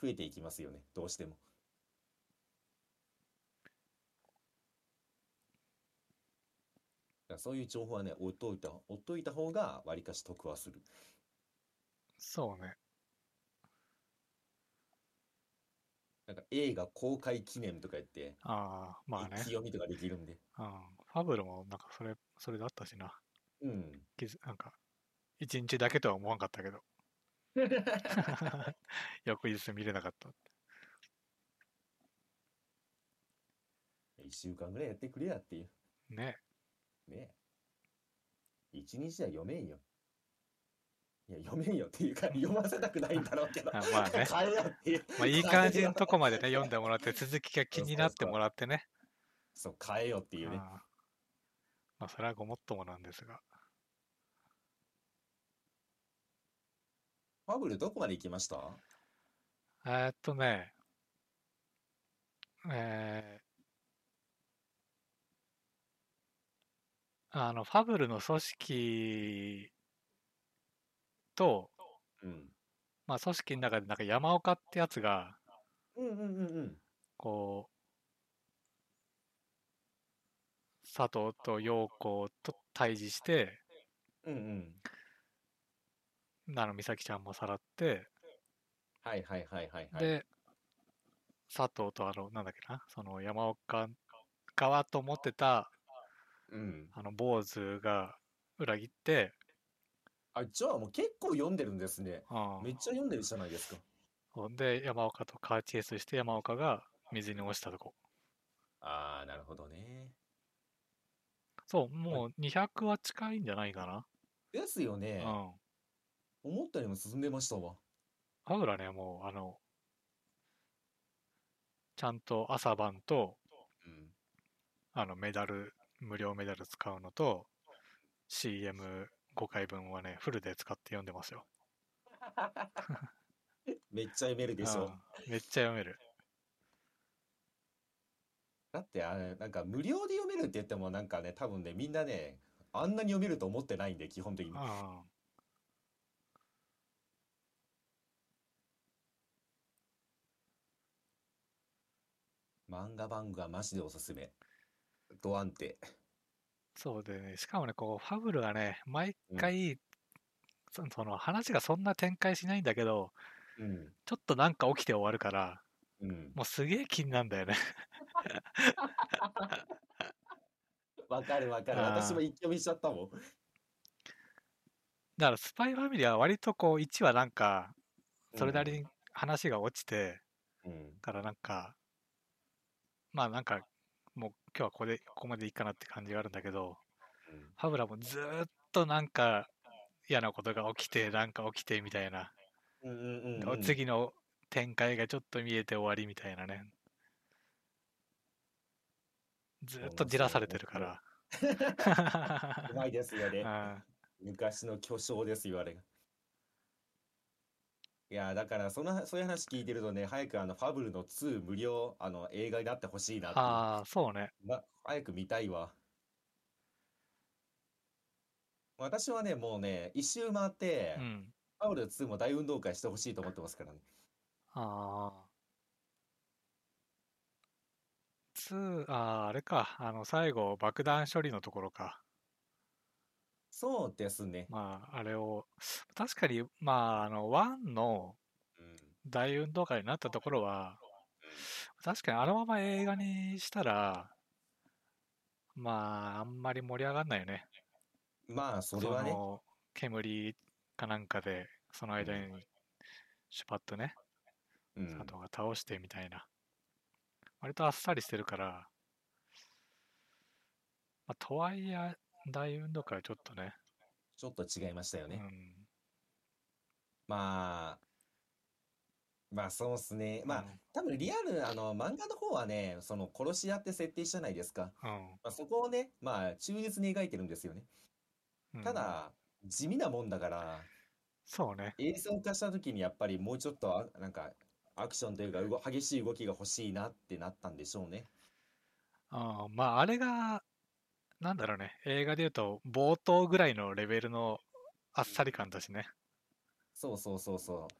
[SPEAKER 2] 増えていきますよね、どうしても。だからそういう情報はね、追っといた、追っといた方が、わりかし得はする。
[SPEAKER 1] そうね。
[SPEAKER 2] なんか映画公開記念とか言って、
[SPEAKER 1] ああ、まあ
[SPEAKER 2] 一
[SPEAKER 1] ね
[SPEAKER 2] 気。読みとかできるんで。
[SPEAKER 1] うん。ファブルもなんかそれ、それだったしな。
[SPEAKER 2] うん。
[SPEAKER 1] 気づなんか、一日だけとは思わんかった けど。翌日見れなかった。
[SPEAKER 2] 一週間ぐらいやってくれやっていう。
[SPEAKER 1] ね。
[SPEAKER 2] ねえ。一日じゃ読めんよ。いや、読めんよっていうか、読ませたくないんだろうけど。
[SPEAKER 1] あまあね
[SPEAKER 2] 変えようっていう。
[SPEAKER 1] まあ、いい感じのとこまでね、読んでもらって、続きが気
[SPEAKER 2] そうそ
[SPEAKER 1] に
[SPEAKER 2] う
[SPEAKER 1] なってもらってね。
[SPEAKER 2] そう、変えようってい
[SPEAKER 1] う
[SPEAKER 2] う
[SPEAKER 1] ん
[SPEAKER 2] ね。
[SPEAKER 1] まあ、それはごもっともなんですが。
[SPEAKER 2] ファブルどこまで行きました
[SPEAKER 1] えーっとね、えー、あの、ファブルの組織と、
[SPEAKER 2] うん。
[SPEAKER 1] まあ、組織の中で、なんか山岡ってやつが、
[SPEAKER 2] うんうんうんうん。
[SPEAKER 1] こう、佐藤と陽子と対峙して、
[SPEAKER 2] うんうん。
[SPEAKER 1] あの、美咲ちゃんもさらって、
[SPEAKER 2] はいはいはいはいはい。
[SPEAKER 1] で、佐藤とあの、なんだっけな、その山岡側と思ってた、
[SPEAKER 2] うん。
[SPEAKER 1] あの、坊主が裏切って、
[SPEAKER 2] あ、じゃあもう結構読んでるんですね。
[SPEAKER 1] うん
[SPEAKER 2] めっちゃ読んでるじゃないですか。
[SPEAKER 1] ほんで、山岡とカーチェイスして、山岡が水に落ちたとこ。
[SPEAKER 2] ああ、なるほどね。
[SPEAKER 1] そう、もう200は近いんじゃないか
[SPEAKER 2] ですよね。
[SPEAKER 1] な。うん。
[SPEAKER 2] 思ったよりも進んでましたわ。
[SPEAKER 1] ハウラね、もう、あの、ちゃんと朝晩と、
[SPEAKER 2] うん。
[SPEAKER 1] あの、メダル、無料メダル使うのと、CM5 回分はね、フルで使って読んでますよ。
[SPEAKER 2] めっちゃ読めるでしょ。
[SPEAKER 1] うんめっちゃ読める。
[SPEAKER 2] だってあれ、なんか無料で読めるって言ってもなんかね、多分ね、みんなね、あんなに読めると思ってないんで、基本的に。
[SPEAKER 1] あ
[SPEAKER 2] 漫画版がマジでおすすめ。ドアンテ。
[SPEAKER 1] そうでね、しかもね、こう、ファブルがね、毎回、そその話がそんな展開しないんだけど、
[SPEAKER 2] うん。
[SPEAKER 1] ちょっとなんか起きて終わるから、
[SPEAKER 2] うん。
[SPEAKER 1] もうすげえ気になるんだよね。
[SPEAKER 2] わかるわかる。
[SPEAKER 1] あー
[SPEAKER 2] 私も一気読みしちゃったもん。
[SPEAKER 1] だから、スパイファミリーは割とこう、1話なんか、それなり
[SPEAKER 2] に。
[SPEAKER 1] に話が落ちて、
[SPEAKER 2] うん。
[SPEAKER 1] からなんか、まあなんか、もう今日はここで、ここまでいいかなって感じがあるんだけど、ファブラもずーっとなんか嫌なことが起きて、なんか起きてみたいな、
[SPEAKER 2] うんうんうんうんうん。
[SPEAKER 1] 次の展開がちょっと見えて終わりみたいなね。ずーっとじらされてるから。
[SPEAKER 2] うまいですよね。
[SPEAKER 1] あ
[SPEAKER 2] 昔の巨匠ですよ、あれが。いやー、だから、その、そういう話聞いてるとね、早くあの、ファブルの2無料、あの、映画になってほしいなっていう
[SPEAKER 1] あー、そうね。
[SPEAKER 2] ま、早く見たいわ。私はね、もうね、一周回って
[SPEAKER 1] う、ん。
[SPEAKER 2] ファブル2も大運動会してほしいと思ってますからね。
[SPEAKER 1] ああ。2、ああ、あれか。あの、最後、爆弾処理のところか。
[SPEAKER 2] そうですね。
[SPEAKER 1] まあ、あれを、確かに、まあ、あの、1の
[SPEAKER 2] うん。
[SPEAKER 1] 大運動会になったところは、確かにあのまま映画にしたら、まあ、あんまり盛り上がんないよね。
[SPEAKER 2] まあ、それはね、
[SPEAKER 1] の、煙かなんかで、その間に、シュパッとね、
[SPEAKER 2] うん
[SPEAKER 1] 佐藤が倒してみたいな。割とあっさりしてるから、まあ、とはいえ、大運動会はちょっとね、
[SPEAKER 2] ちょっと違いましたよ
[SPEAKER 1] う
[SPEAKER 2] ね。
[SPEAKER 1] ん、
[SPEAKER 2] まあ、まあ、そうっすね。まあ、多分リアル、あの、漫画の方はね、その、殺し屋って設定じゃないですか。
[SPEAKER 1] あの、うん
[SPEAKER 2] まあ、そこをね、まあ、忠実に描いてるんですよね。
[SPEAKER 1] うん
[SPEAKER 2] ただ、地味なもんだから、
[SPEAKER 1] そうね、
[SPEAKER 2] 映像化した時にやっぱりもうちょっとあなんかアクションというか動激しい動きが欲しいなってなったんでしょうね。
[SPEAKER 1] あまああれがなんだろうね映画でいうと冒頭ぐらいのレベルのあっさり感だしね
[SPEAKER 2] そうそうそうそう。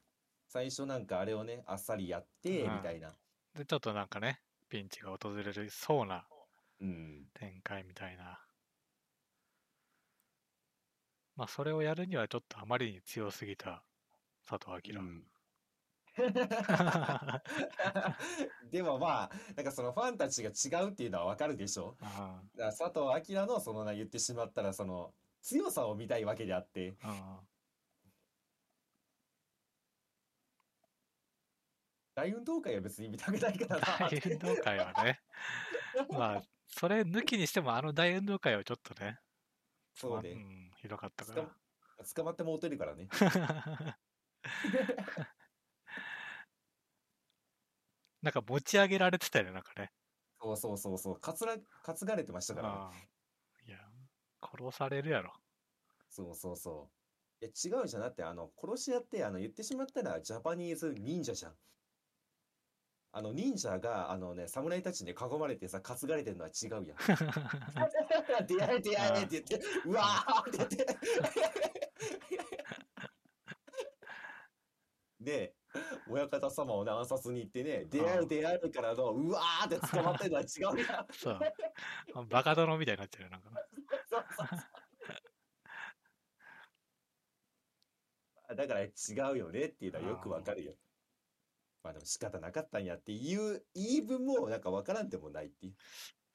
[SPEAKER 2] 最初なんかあれをね、あっさりやって、
[SPEAKER 1] うん
[SPEAKER 2] みたいな。
[SPEAKER 1] でちょっとなんかねピンチが訪れるそうな
[SPEAKER 2] うん。
[SPEAKER 1] 展開みたいなまあそれをやるにはちょっとあまりに強すぎた佐藤明、
[SPEAKER 2] うん でもまあ、なんかそのファンたちが違うっていうのはわかるでしょ
[SPEAKER 1] あ
[SPEAKER 2] だから佐藤明のそのな言ってしまったらその強さを見たいわけであって、
[SPEAKER 1] あ うん
[SPEAKER 2] 大運動会は別に見たくないからな
[SPEAKER 1] 大
[SPEAKER 2] って。
[SPEAKER 1] 運動会は ねまあそれ抜きにしてもあの大運動会はちょっとね
[SPEAKER 2] そうね
[SPEAKER 1] ん、ひどかったか
[SPEAKER 2] しからも捕まってもうてるからね。
[SPEAKER 1] なんか持ち上げられてたよね、なんかね。
[SPEAKER 2] そうそうそうそう。かつら、担がれてましたからね。
[SPEAKER 1] ああいや、殺されるや ろ。
[SPEAKER 2] そうそうそう。いや違うじゃん。だって、あの、殺し屋って、あの、言ってしまったら、ジャパニーズ忍者じゃん。あの、忍者が、あのね、侍たちに囲まれてさ、担がれてるのは違うやん。出会え出会えって言って、うわーって言って。で、親方様をね暗殺に行ってね、出会
[SPEAKER 1] あ
[SPEAKER 2] う
[SPEAKER 1] あ
[SPEAKER 2] 出会うからの、うわーって捕まってるのは違うやん。
[SPEAKER 1] そう。バカ殿みたいになっちゃうよ、なんかね。
[SPEAKER 2] そうそうそうだから違うよねっていうのはよくわかるよ。まあでも仕方なかったんやっていう言い分もなんかわからんでもないっていう。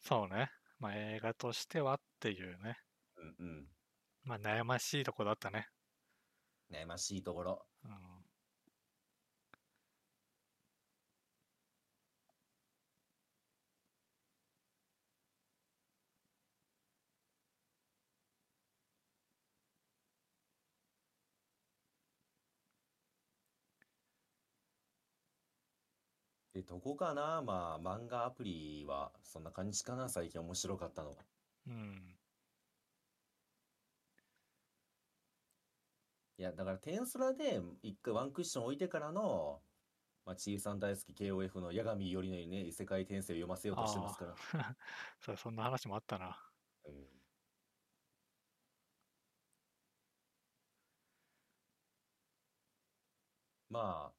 [SPEAKER 1] そうね。まあ映画としてはっていうね。
[SPEAKER 2] うんうん。
[SPEAKER 1] まあ悩ましいとこだったね。
[SPEAKER 2] 悩ましいところ。
[SPEAKER 1] うん。
[SPEAKER 2] で、どこかなまあ漫画アプリはそんな感じかな最近面白かったのは。
[SPEAKER 1] うん。
[SPEAKER 2] いや、だからテンスラで一回ワンクッション置いてからの、ままあ、ちいさん大好き KOF の矢神よりのにね、異世界転生を読ませようとしてますから。
[SPEAKER 1] ああ そうそんな話もあったな。
[SPEAKER 2] うんまあ、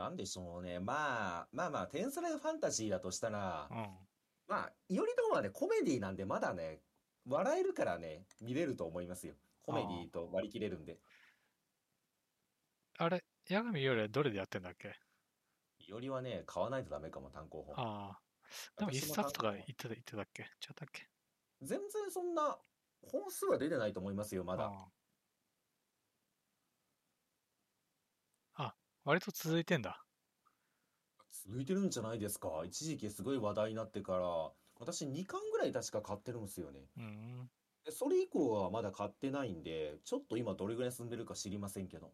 [SPEAKER 2] なんでしょうね。まあ、まあまあ、天才ファンタジーだとしたら
[SPEAKER 1] う、ん。
[SPEAKER 2] まあ、いおりの方はね、コメディなんで、まだね、笑えるからね、見れると思いますよ。コメディと割り切れるんで。
[SPEAKER 1] あれ、矢神よりはどれでやってんだっけ
[SPEAKER 2] いおりはね、買わないとダメかも、単行本。
[SPEAKER 1] ああ。でも一
[SPEAKER 2] 私も
[SPEAKER 1] 冊とか
[SPEAKER 2] 単
[SPEAKER 1] 言
[SPEAKER 2] 行
[SPEAKER 1] ってた言ってたっけちゃったっけ
[SPEAKER 2] 本全然そんな、本数は出てないと思いますよ、まだ。
[SPEAKER 1] ああ割と続いてんだ。
[SPEAKER 2] 続いてるんじゃないですか。一時期すごい話題になってから、私2巻ぐらい確か買ってるんですよね。
[SPEAKER 1] うん。
[SPEAKER 2] でそれ以降はまだ買ってないんで、ちょっと今どれぐらい進んでるか知りませんけど。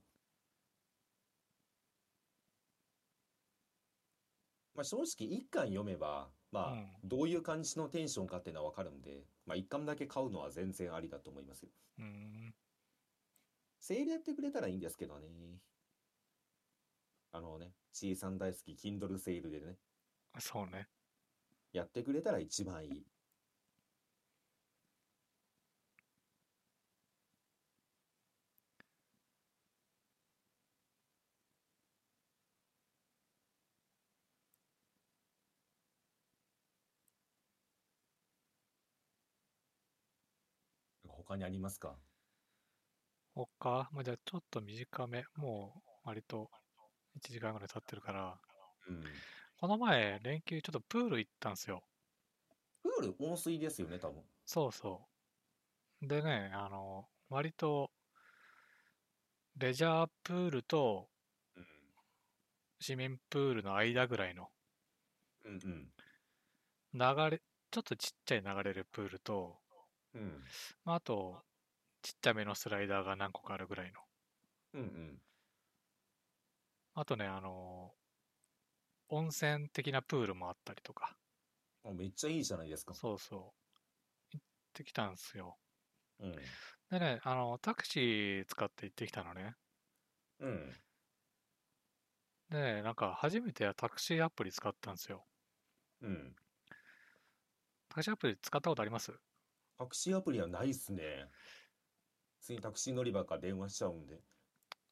[SPEAKER 2] まあ正直1巻読めば、
[SPEAKER 1] う
[SPEAKER 2] まあ
[SPEAKER 1] ん。
[SPEAKER 2] どういう感じのテンションかっていうのはわかるんで、まあ1巻だけ買うのは全然ありだと思いますよ。
[SPEAKER 1] うん。
[SPEAKER 2] セールやってくれたらいいんですけどね。あのね、ちいさん大好き Kindle セールでね、
[SPEAKER 1] そうね。
[SPEAKER 2] やってくれたら一番いい。他にありますか
[SPEAKER 1] 他、まあ、じゃあちょっと短め。もう割と1時間ぐらい経ってるから。
[SPEAKER 2] うん。
[SPEAKER 1] この前、連休ちょっとプール行ったんですよ。
[SPEAKER 2] プール温水ですよね、多分。
[SPEAKER 1] そうそう。でね、あの、割と、レジャープールと市民プールの間ぐらいの
[SPEAKER 2] うんうん。
[SPEAKER 1] 流れ、ちょっとちっちゃい流れるプールと、
[SPEAKER 2] うん。
[SPEAKER 1] まあ、あと、ちっちゃめのスライダーが何個かあるぐらいの。
[SPEAKER 2] うんうん。
[SPEAKER 1] あとね、あの、温泉的なプールもあったりとか。
[SPEAKER 2] あめっちゃいいじゃないですか。
[SPEAKER 1] そうそう。行ってきたんですよ。
[SPEAKER 2] うん。
[SPEAKER 1] でね、あの、タクシー使って行ってきたのね。
[SPEAKER 2] うん。
[SPEAKER 1] で、なんか初めてタクシーアプリ使ったんですよ。
[SPEAKER 2] うん。
[SPEAKER 1] タクシーアプリ使ったことあります
[SPEAKER 2] タクシーアプリはないっすね。普通にタクシー乗り場から電話しちゃうんで。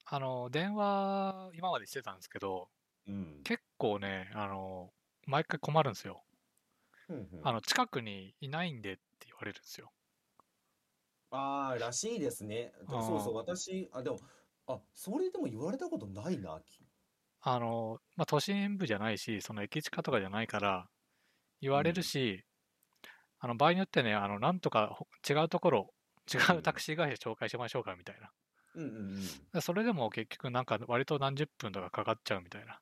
[SPEAKER 1] あの、電話、今までしてたんですけど、
[SPEAKER 2] うん。
[SPEAKER 1] 結構ね、あの、毎回困るんですよ。
[SPEAKER 2] うんうん
[SPEAKER 1] あの、近くにいないんでって言われるんですよ。
[SPEAKER 2] ああ、らしいですね。
[SPEAKER 1] あー
[SPEAKER 2] そうそう、私、あ、でも、あ、それでも言われたことないな。
[SPEAKER 1] あの、まあ、都心部じゃないし、その駅近とかじゃないから、言われるし、あの、場合によってね、あの、なんとかほ違うところ、違
[SPEAKER 2] う
[SPEAKER 1] うんタクシー会社紹介しましょうか、みたいな
[SPEAKER 2] うんうん
[SPEAKER 1] で。それでも結局、なんか割と何十分とかかかっちゃうみたいな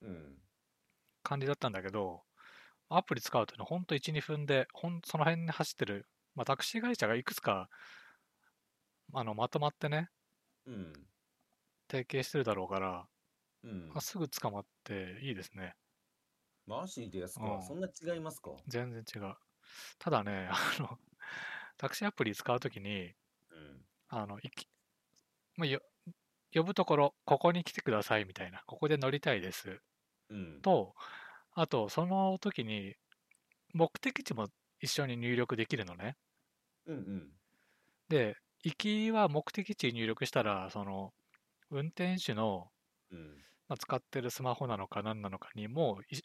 [SPEAKER 2] うん。うん。
[SPEAKER 1] 感じだったんだけど、アプリ使うとね、ほんと1、2分で、ほん、その辺に走ってる、まあ、タクシー会社がいくつか、あの、まとまってね、
[SPEAKER 2] うん。
[SPEAKER 1] 提携してるだろうから、
[SPEAKER 2] うん
[SPEAKER 1] あ。すぐ捕まっていいですね。
[SPEAKER 2] マジです
[SPEAKER 1] う
[SPEAKER 2] か。
[SPEAKER 1] ん
[SPEAKER 2] そんな違いますか。
[SPEAKER 1] 全然違う。ただね、 あの、タクシーアプリ使うときに、
[SPEAKER 2] うん。
[SPEAKER 1] あの、行き、まあ、よ、呼ぶところ、ここに来てくださいみたいな、ここで乗りたいです。
[SPEAKER 2] うん。
[SPEAKER 1] と、あと、その時に、目的地も一緒に入力できるのね。
[SPEAKER 2] うんうん。
[SPEAKER 1] で、行きは目的地入力したら、その、運転手の、
[SPEAKER 2] うん。
[SPEAKER 1] まあ、使ってるスマホなのか何なのかにもうい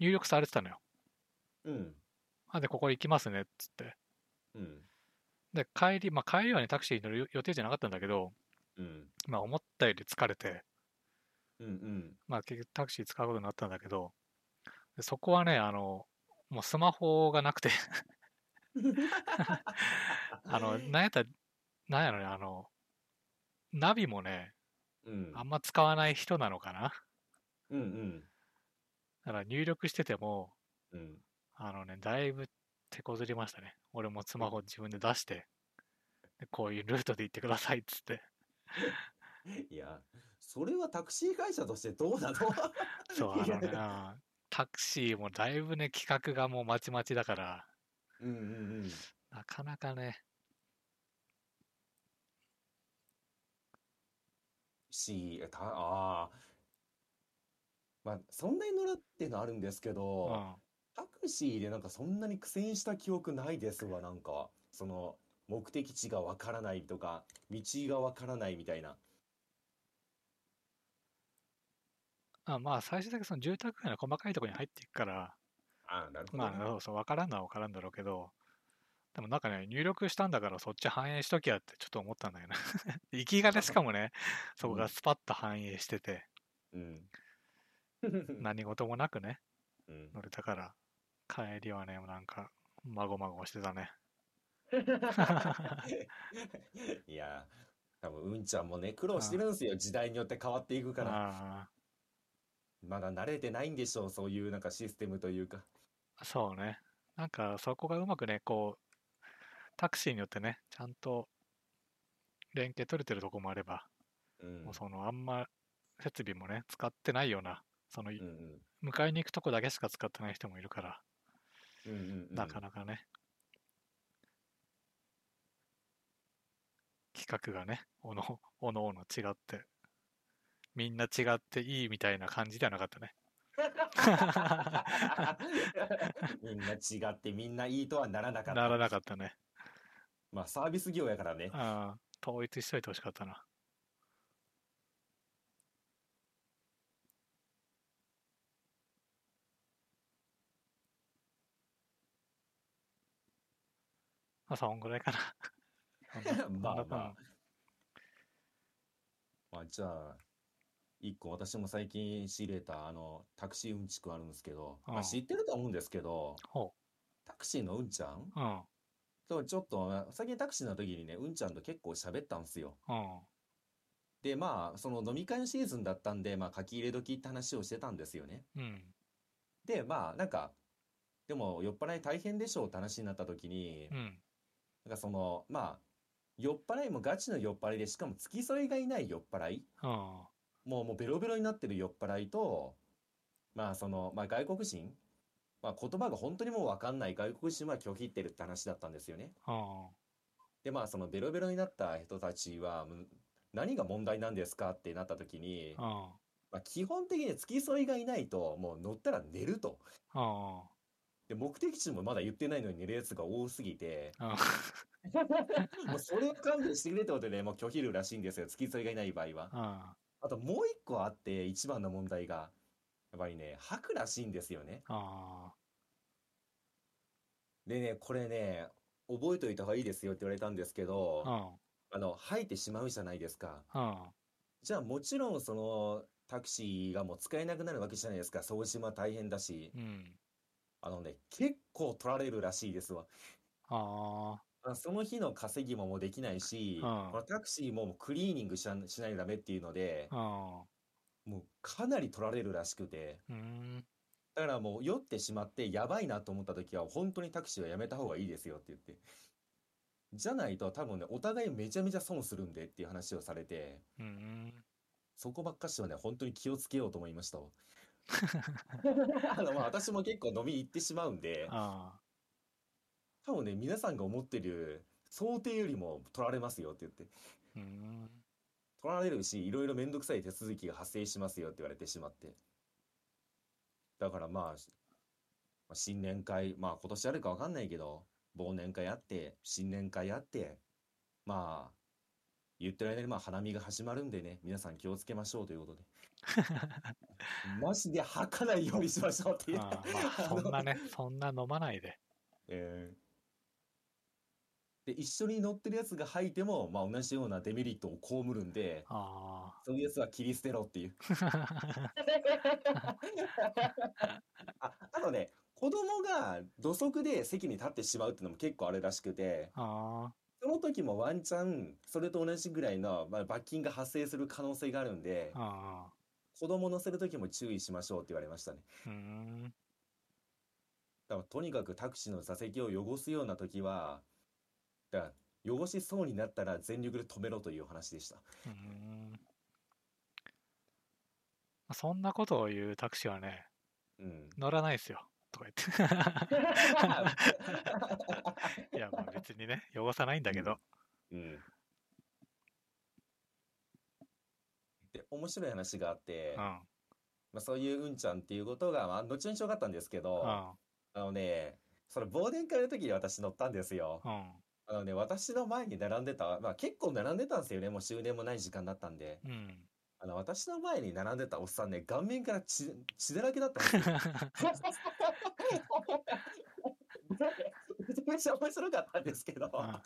[SPEAKER 1] 入力されてたのよ。
[SPEAKER 2] うん。
[SPEAKER 1] あ、で、ここ行きますね、っつって。
[SPEAKER 2] うん。
[SPEAKER 1] で、帰り、まあ、帰りはね、タクシーに乗る予定じゃなかったんだけど、
[SPEAKER 2] うん。
[SPEAKER 1] まあ、思ったより疲れて、
[SPEAKER 2] うんうん。
[SPEAKER 1] まあ、結局タクシー使うことになったんだけど、でそこはね、あの、もうスマホがなくて あの、なんやったら、なんやろね、あの、ナビもね、
[SPEAKER 2] うん。
[SPEAKER 1] あんま使わない人なのかな。
[SPEAKER 2] うんうん。
[SPEAKER 1] だから入力してても、
[SPEAKER 2] うん。
[SPEAKER 1] あのね、だいぶ手こずりましたね。俺もスマホ自分で出して、でこういうルートで行ってくださいっつって。
[SPEAKER 2] いや、それはタクシー会社としてどうなの
[SPEAKER 1] そう、あのね、
[SPEAKER 2] いや
[SPEAKER 1] うんタクシーもだいぶね、企画がもうまちまちだから、
[SPEAKER 2] うんうんうん。
[SPEAKER 1] なかなかね、
[SPEAKER 2] し、た、ああ、まあ、そんなに乗らっていうのあるんですけ
[SPEAKER 1] う
[SPEAKER 2] ど、
[SPEAKER 1] ん。
[SPEAKER 2] タクシーでなんかそんなに苦戦した記憶ないですわ、なんか。その、目的地がわからないとか、道がわからないみたいな。
[SPEAKER 1] あまあ、最終的にその住宅街の細かいところに入っていくから、
[SPEAKER 2] ああ、なるほど
[SPEAKER 1] まあ、そうそう、わからんのはわからんだろうけど、でもなんかね、入力したんだからそっち反映しときゃってちょっと思ったんだよな。 行きがね、しかもね、そこがスパッと反映してて、
[SPEAKER 2] うん。
[SPEAKER 1] 何事 もなくね、
[SPEAKER 2] うん
[SPEAKER 1] 乗れたから、帰りはね、なんか、まごまごしてたね。
[SPEAKER 2] いやー、多分うんちゃんもね、苦労してるんですよ。時代によって変わっていくから。
[SPEAKER 1] あ
[SPEAKER 2] まだ慣れてないんでしょう、そういうなんかシステムというか。
[SPEAKER 1] あ、そうね。なんか、そこがうまくね、こう、タクシーによってね、ちゃんと連携取れてるとこもあれば、
[SPEAKER 2] うん
[SPEAKER 1] もうその、あんま設備もね、使ってないような、その、
[SPEAKER 2] うんうん
[SPEAKER 1] 迎えに行くとこだけしか使ってない人もいるから、
[SPEAKER 2] うんうんうん
[SPEAKER 1] なかなかね、企画がね、おの おのおの違って、みんな違っていいみたいな感じではなかった ね。
[SPEAKER 2] みんな違ってみんないいとはならなかっ
[SPEAKER 1] なら
[SPEAKER 2] た。
[SPEAKER 1] なかったね。
[SPEAKER 2] まあサービス業やから ね。
[SPEAKER 1] ああ、統一しといてほしかったな。まあ、そんぐらいかな。そんな
[SPEAKER 2] まあ
[SPEAKER 1] そんな
[SPEAKER 2] まあまあじゃあ、一個私も最近仕入れたあのタクシーうんちくあるんですけど、まあ
[SPEAKER 1] うん
[SPEAKER 2] 知ってると思うんですけど、
[SPEAKER 1] ほ
[SPEAKER 2] タクシーのうんちゃん
[SPEAKER 1] う。うん。
[SPEAKER 2] とちょっと、最近タクシーの時にね、うんちゃんと結構喋ったんですよ。
[SPEAKER 1] うん。
[SPEAKER 2] で、まあ、その飲み会のシーズンだったんで、まあ書き入れ時って話をしてたんですよね。
[SPEAKER 1] うん。
[SPEAKER 2] で、まあなんか、でも酔っ払い大変でしょうって話になった時に
[SPEAKER 1] う、ん。
[SPEAKER 2] なんかその、まあ、酔っ払いもガチの酔っ払いで、しかも付き添いがいない酔っ払い、
[SPEAKER 1] うん。
[SPEAKER 2] もうもうベロベロになってる酔っ払いと、まあその、まあ外国人、まあ言葉が本当にもうわかんない外国人は拒否ってるって話だったんですよね。
[SPEAKER 1] うん。
[SPEAKER 2] で、まあそのベロベロになった人たちは、む何が問題なんですかってなった時に、
[SPEAKER 1] うん。
[SPEAKER 2] まあ、基本的に付き添いがいないと、もう乗ったら寝ると。
[SPEAKER 1] うん。
[SPEAKER 2] で、目的地もまだ言ってないのに寝るやつが多すぎて、
[SPEAKER 1] うん。
[SPEAKER 2] もうそれを勘弁してくれってことで、もう拒否るらしいんですよ。付き添いがいない場合は。
[SPEAKER 1] うん。
[SPEAKER 2] あともう一個あって、一番の問題が、やっぱりね、吐くらしいんですよね。
[SPEAKER 1] あ
[SPEAKER 2] でね、これね、覚えといた方がいいですよって言われたんですけど
[SPEAKER 1] あ、うん、
[SPEAKER 2] あの、吐いてしまうじゃないですか。
[SPEAKER 1] うん、
[SPEAKER 2] じゃあもちろんそのタクシーがもう使えなくなるわけじゃないですか。掃除も大変だし。
[SPEAKER 1] うん、
[SPEAKER 2] あのね、結構取られるらしいですわ。
[SPEAKER 1] あ
[SPEAKER 2] あその日の稼ぎももうできないし、
[SPEAKER 1] うん
[SPEAKER 2] このタクシーももうクリーニングしなしないとダメっていうので
[SPEAKER 1] あ、、うん、
[SPEAKER 2] もうかなり取られるらしくて、
[SPEAKER 1] うん、
[SPEAKER 2] だからもう酔ってしまってやばいなと思った時は本当にタクシーはやめた方がいいですよって言って。じゃないと多分ね、お互いめちゃめちゃ損するんでっていう話をされて、
[SPEAKER 1] うん、
[SPEAKER 2] そこばっかしはね、本当に気をつけようと思いましたわ。あの、まあ私も結構飲み行ってしまうんで、
[SPEAKER 1] あ
[SPEAKER 2] 多分ね、皆さんが思ってる想定よりも取られますよって言って。
[SPEAKER 1] あ、うん、
[SPEAKER 2] 取られるし、いろいろめんどくさい手続きが発生しますよって言われてしまって。だからまあ、しまあ新年会、まあ今年あるかわかんないけど、忘年会あって、新年会あって、まあ、言ってる間にまあ花見が始まるんでね、皆さん気をつけましょうという ことで。マジで吐かないようにしましょうって
[SPEAKER 1] あー
[SPEAKER 2] 言
[SPEAKER 1] まあ、
[SPEAKER 2] った。
[SPEAKER 1] そんなね、そんな飲まないで。
[SPEAKER 2] えーで、一緒に乗ってるやつが吐いても、まあ同じようなデメリットを被るんで、
[SPEAKER 1] あ
[SPEAKER 2] そういうやつは切り捨てろっていう。
[SPEAKER 1] あ、
[SPEAKER 2] あ、あとね、子供が土足で席に立ってしまうっていうのも結構あるらしくて、
[SPEAKER 1] あ
[SPEAKER 2] その時もワンチャン、それと同じぐらいの、まあ、罰金が発生する可能性があるんで
[SPEAKER 1] あ、、ああ、
[SPEAKER 2] 子供乗せる時も注意しましょうって言われましたね。
[SPEAKER 1] うん、
[SPEAKER 2] だからとにかくタクシーの座席を汚すような時は、だから汚しそうになったら全力で止めろという話でした。
[SPEAKER 1] うん。まあそんなことを言うタクシーはね、
[SPEAKER 2] うん。
[SPEAKER 1] 乗らないですよ、とか言って。 いや、まあ別にね、汚さないんだけど。
[SPEAKER 2] うん。で、面白い話があって
[SPEAKER 1] う、ん、
[SPEAKER 2] まあ、そういううんちゃんっていうことが、まあ、後々分かったんですけど、あのね、その忘年会の時に私乗ったんですよ。
[SPEAKER 1] うん。
[SPEAKER 2] あのね、私の前に並んでた、まあ結構並んでたんですよね。もう終電もない時間だったんで。
[SPEAKER 1] うん。うん。
[SPEAKER 2] あの、私の前に並んでたおっさんね、顔面から血、血だらけだったん ですよ。 めちゃめちゃ面白かったんですけど、
[SPEAKER 1] あ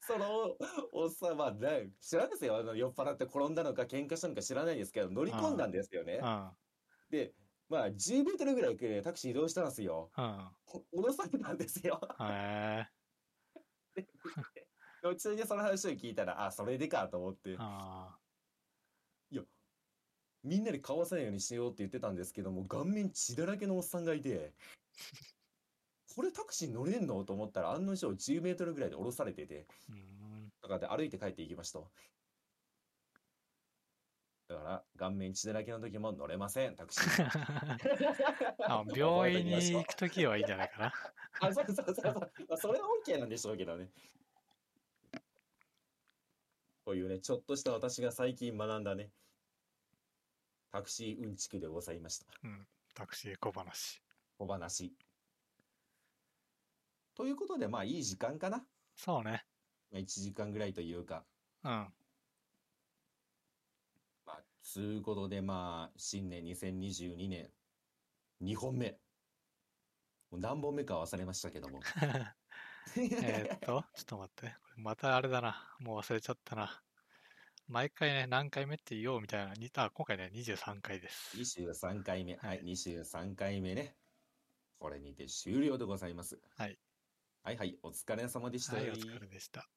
[SPEAKER 2] そのおっさん、まあ、ね、知らないですよ。あの、酔っ払って転んだのか喧嘩したのか知らないですけど、乗り込んだんですよね。
[SPEAKER 1] あ
[SPEAKER 2] で、まあ、10メートルぐらい行くねタクシー移動したんですよ。
[SPEAKER 1] あ
[SPEAKER 2] お降ろされたんですよ。
[SPEAKER 1] あへ
[SPEAKER 2] 後にその話を聞いたら、あ、それでかと思っ
[SPEAKER 1] え
[SPEAKER 2] て、
[SPEAKER 1] あ
[SPEAKER 2] みんなに顔合わせないようにしようって言ってたんですけども、顔面血だらけのおっさんがいて、これタクシー乗れんのと思ったら、案の定10メートルぐらいで降ろされてて、
[SPEAKER 1] ー うん
[SPEAKER 2] だからで歩いて帰っていきました。だから、顔面血だらけの時も乗れません、タクシー。
[SPEAKER 1] あ病院に行くときはいいんじゃないか な。
[SPEAKER 2] あ、そうそうそうそう。まあ、それは OK なんでしょうけどね。こういうね、ちょっとした私が最近学んだね、タクシーうんちくでございました。
[SPEAKER 1] うん。タクシー小話。
[SPEAKER 2] お話。ということで、まあいい時間かな。
[SPEAKER 1] そうね。
[SPEAKER 2] まあ、1時間ぐらいというか。
[SPEAKER 1] うん。
[SPEAKER 2] まあ、つうことで、まあ、新年2022年、2本目。もう何本目か忘れましたけども。
[SPEAKER 1] えーっ と、ちょっと待って。これまたあれだな。もう忘れちゃったな。毎回ね、何回目って言おうみたいな。にあ、今回ね、23回です。
[SPEAKER 2] 23回目、はい、23回目ね。これにて終了でございます。
[SPEAKER 1] はい。
[SPEAKER 2] はいはい、お疲れ様でした。
[SPEAKER 1] はい、お疲れでした。